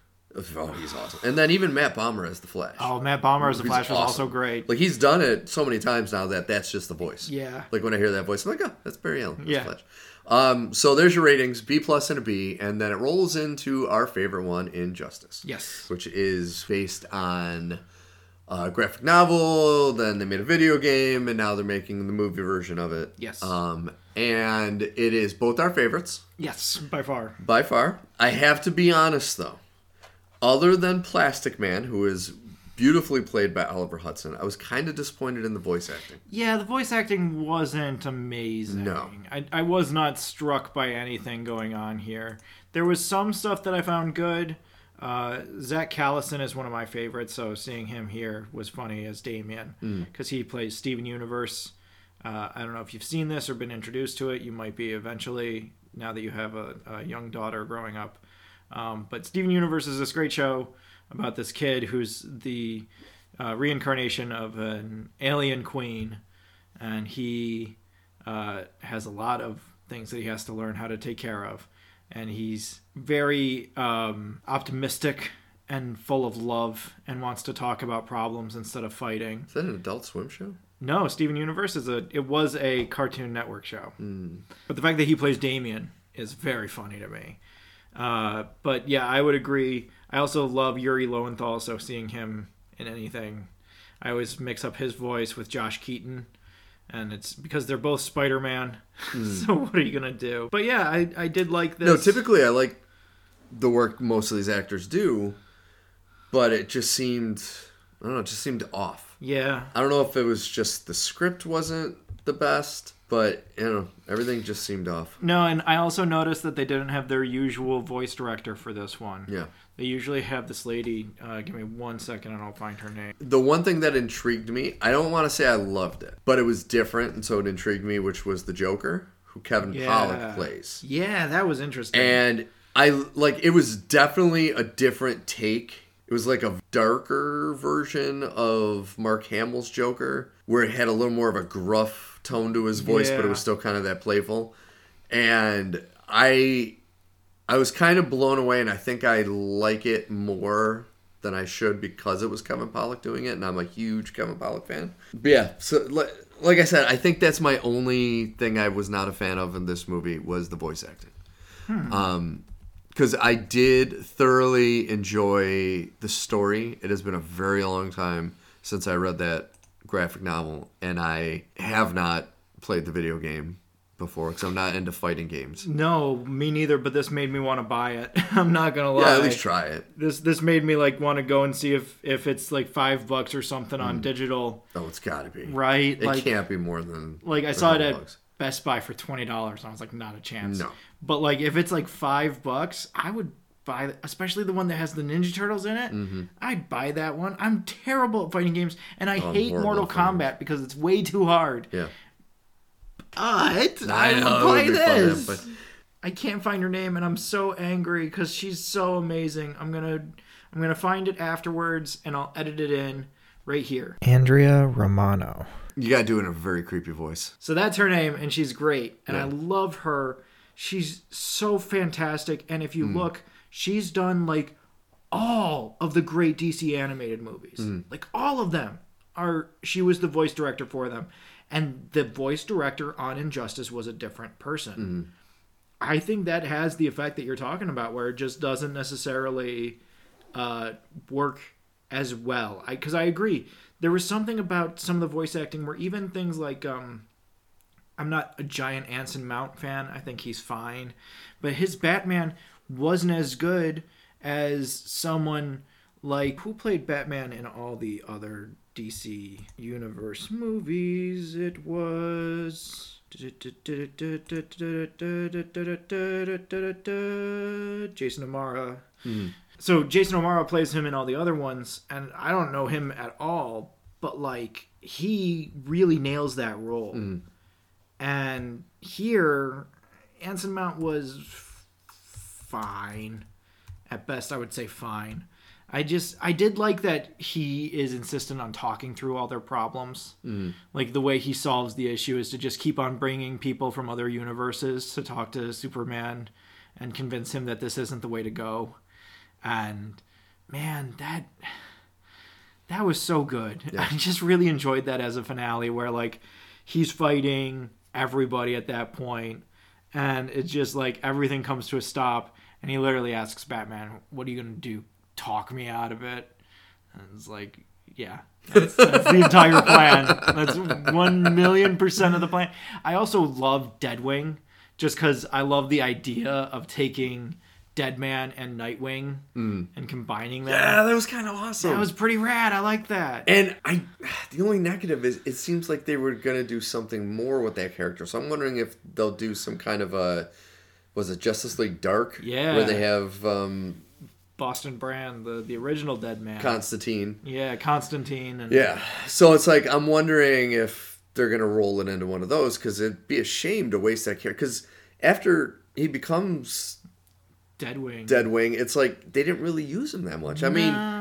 Oh, he's awesome. And then even Matt Bomber as the Flash.
Oh, Matt Bomber as the
He's
Flash was also
awesome.
great.
Like he's done it so many times now that that's just the voice.
Yeah.
Like when I hear that voice, I'm like, oh, that's Barry Allen. That's
Yeah.
Flash. Um, so there's your ratings, B plus and a B, and then it rolls into our favorite one, Injustice.
Yes.
Which is based on a graphic novel, then they made a video game, and now they're making the movie version of it.
Yes.
Um, and it is both our favorites
Yes, by far.
by far. I have to be honest though. Other than Plastic Man, who is beautifully played by Oliver Hudson, I was kind of disappointed in the voice acting.
Yeah, the voice acting wasn't amazing.
No.
I, I was not struck by anything going on here. There was some stuff that I found good. Uh, Zach Callison is one of my favorites, so seeing him here was funny as Damien because he plays Steven Universe. Uh, I don't know if you've seen this or been introduced to it. You might be eventually now that you have a, a young daughter growing up. Um, but Steven Universe is this great show about this kid who's the uh, reincarnation of an alien queen, and he uh, has a lot of things that he has to learn how to take care of. And he's very um, optimistic and full of love and wants to talk about problems instead of fighting.
Is that an Adult Swim show?
No, Steven Universe is a it was a Cartoon Network show,
Hmm.
but the fact that he plays Damien is very funny to me. Uh, but yeah, I would agree. I also love Yuri Lowenthal, so seeing him in anything, I always mix up his voice with Josh Keaton, and it's because they're both Spider Man. so what are you gonna do? But yeah, I I did like this.
Hmm. No, typically I like the work most of these actors do, but it just seemed I don't know, it just seemed off.
Yeah,
I don't know if it was just the script wasn't the best, but you know, everything just seemed off.
No, and I also noticed that they didn't have their usual voice director for this one.
Yeah.
They usually have this lady. Uh, give me one second and I'll find her name.
The one thing that intrigued me, I don't want to say I loved it, but it was different and so it intrigued me, which was the Joker, who Kevin
Yeah.
Pollak plays.
Yeah, that was interesting.
And I like it was definitely a different take. It was like a darker version of Mark Hamill's Joker, where it had a little more of a gruff tone to his voice, but it
Yeah.
was still kind of that playful. And I I was kind of blown away and I think I like it more than I should because it was Kevin Pollock doing it and I'm a huge Kevin Pollock fan. But yeah, so like, like I said, I think that's my only thing I was not a fan of in this movie was the voice acting because I did thoroughly enjoy the story. It has been a very long time since I read that graphic novel, and I have not played the video game before because I'm not into fighting games.
no, me neither. But this made me want to buy it. I'm not gonna lie.
Yeah, at least try it.
This this made me like want to go and see if if it's like five bucks or something on digital,
Oh, it's got to be.
right?
It
like
can't be more than
like I
a
saw it
couple
at
bucks.
Best Buy for twenty dollars, and I was like, not a chance.
No.
But like, if it's like five bucks, I would buy, especially the one that has the Ninja Turtles in it.
Mm-hmm.
I'd buy that one. I'm terrible at fighting games, and I hate
Oh, horrible
Mortal
at fighting
Kombat because it's way too hard.
Yeah,
But Ah, I,
know, it
will
would
play
be fun,
this.
but-
I can't find her name, and I'm so angry because she's so amazing. I'm gonna, I'm gonna find it afterwards, and I'll edit it in right here. Andrea Romano.
you got to do it in a very creepy voice.
So that's her name, and she's great, and I
Yeah.
love her. She's so fantastic, and if you look, she's done like all of the great DC animated movies, like all of them. Are she was the voice director for them, and the voice director on Injustice was a different person. I think that has the effect that you're talking about, where it just doesn't necessarily uh, work as well. Because I, agree, there was something about some of the voice acting where even things like um, I'm not a giant Anson Mount fan. I think he's fine, but his Batman wasn't as good as someone like who played Batman in all the other DC Universe movies. It was. Jason O'Mara. So Jason O'Mara plays him in all the other ones, and I don't know him at all, but like he really nails that role. And here, Anson Mount was f- fine. At best, I would say fine. I just I did like that he is insistent on talking through all their problems. Like the way he solves the issue is to just keep on bringing people from other universes to talk to Superman and convince him that this isn't the way to go. And man, that that was so good. I just really enjoyed that as a finale where like he's fighting everybody at that point and it's just like everything comes to a stop and he literally asks Batman, "What are you going to do? Talk me out of it?" And it's like, yeah. That's, that's the entire plan. That's 1 million percent of the plan. I also love Deadwing just because I love the idea of taking Deadman and Nightwing and combining them.
Yeah, that was kind of awesome.
That was pretty rad. I like that.
And I, the only negative is it seems like they were gonna do something more with that character. So I'm wondering if they'll do some kind of a, was it Justice League Dark?
Yeah.
Where they have um,
Boston Brand, the, the original Deadman.
Constantine.
yeah, Constantine. And,
Yeah. So it's like I'm wondering if they're gonna roll it into one of those because it'd be a shame to waste that character. Because after he becomes
Deadwing.
Deadwing, it's like they didn't really use him that much. I mean.
Uh,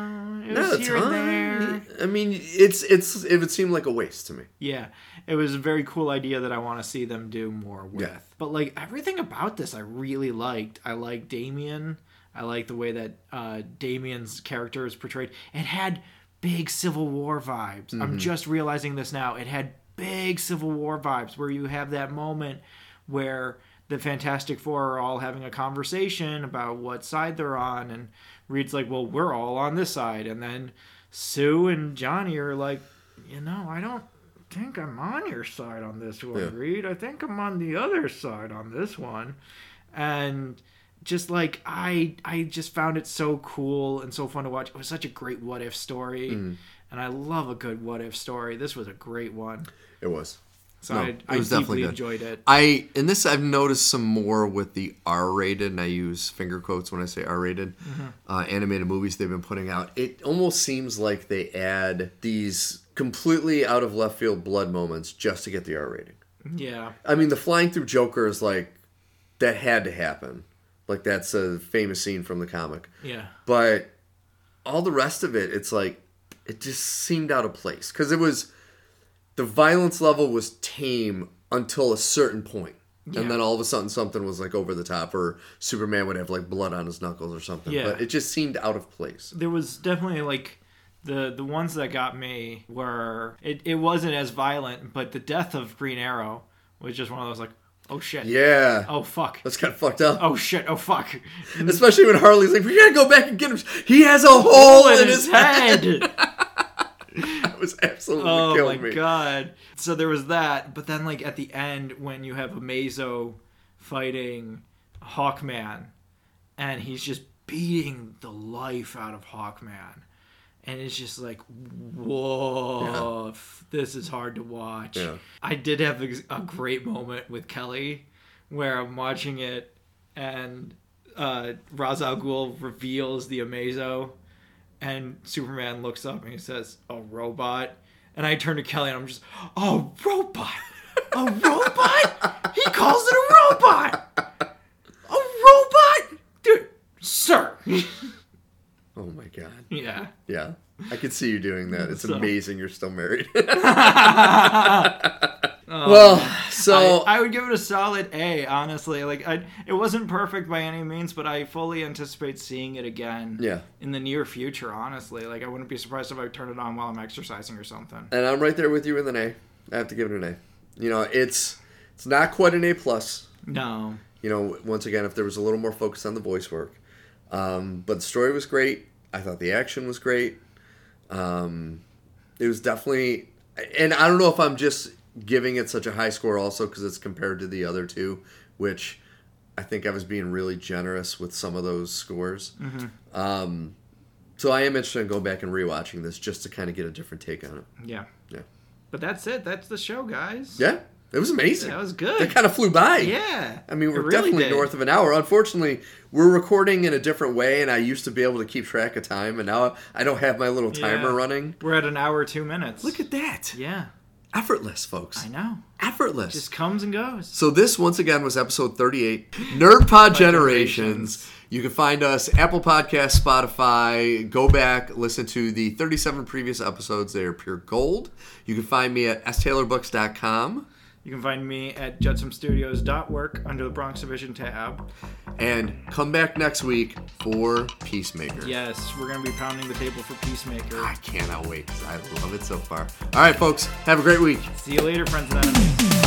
it
No,
was
it's
here and there.
fine. I mean, it's it's it would seem like a waste to me.
Yeah, it was a very cool idea that I want to see them do more with.
Yeah.
But like everything about this, I really liked. I like Damien. I like the way that uh, Damien's character is portrayed. It had big Civil War vibes. I'm just realizing this now. It had big Civil War vibes where you have that moment where the Fantastic Four are all having a conversation about what side they're on, and Reed's like, "Well, we're all on this side," and then Sue and Johnny are like, "You know, I don't think I'm on your side on this one,
Yeah.
Reed. I think I'm on the other side on this one," and just like I, I just found it so cool and so fun to watch. It was such a great what if story,
Mm.
and I love a good what if story. This was a great one,
It was.
so
No,
I,
it
I
was definitely
deeply
good.
enjoyed it.
I in this I've noticed some more with the R-rated, and I use finger quotes when I say R-rated uh, animated movies they've been putting out. It almost seems like they add these completely out of left field blood moments just to get the R rating.
Yeah.
I mean, the flying through Joker is like that had to happen. Like that's a famous scene from the comic.
Yeah.
but all the rest of it it's like it just seemed out of place because it was the violence level was tame until a certain point
Yeah.
and then all of a sudden something was like over the top or superman would have like blood on his knuckles or something
Yeah.
but it just seemed out of place
there was definitely like the the ones that got me were it, it wasn't as violent, but the death of Green Arrow was just one of those like, oh shit,
yeah
oh fuck,
that's kind of fucked up
oh shit, oh fuck,
especially when harley's like we gotta go back and get him he has a hole in his head
head.
that was absolutely
oh my
killing me
god. So there was that, but then like at the end when you have Amazo fighting Hawkman, and he's just beating the life out of Hawkman. And it's just like, whoa, f- this is hard to watch.
Yeah.
I did have a, a great moment with Kelly where I'm watching it and uh, Ra's al Ghul reveals the Amazo and Superman looks up and he says, a robot. And I turn to Kelly and I'm just, oh, robot. A robot? he calls it a robot. A robot? Dude, sir.
oh my god
yeah.
yeah i could see you doing that it's
So- Oh,
amazing you're still married well so
I, I would give it a solid A, honestly. Like I it wasn't perfect by any means, but I fully anticipate seeing it again
Yeah.
in the near future, honestly. Like I wouldn't be surprised if I turn it on while I'm exercising or something.
and I'm right there with you in the A. I have to give it an A. You know, it's it's not quite an A plus.
No.
You you know, once again, if there was a little more focus on the voice work. Um, but the story was great. I thought the action was great. Um, it was definitely, and I don't know if I'm just giving it such a high score also because it's compared to the other two, which I think I was being really generous with some of those scores. Um, so I am interested in going back and rewatching this just to kind of get a different take on it.
Yeah.
Yeah.
But that's it. That's the show, guys.
Yeah, it was amazing.
That was
That
good.
kind of flew by.
Yeah.
I mean,
It
we're
really
definitely
did.
north of an hour. Unfortunately, we're recording in a different way, and I used to be able to keep track of time, and now I don't have my little timer
Yeah.
running.
We're at an hour two minutes.
Look at that.
Yeah.
Effortless, folks.
I know.
Effortless.
Just comes and goes.
So this once again was episode 38, Nerd Pod Generations. You can find us Apple Podcasts, Spotify. Go back, listen to the 37 previous episodes. They are pure gold. You can find me at staylorbooks.com
You can find me at judsumstudios.work under the Bronx Division tab.
and come back next week for Peacemaker.
Yes, we're going to be pounding the table for Peacemaker.
I cannot wait. 'cause I love it so far. All right, folks, have a great week.
See you later, friends and enemies.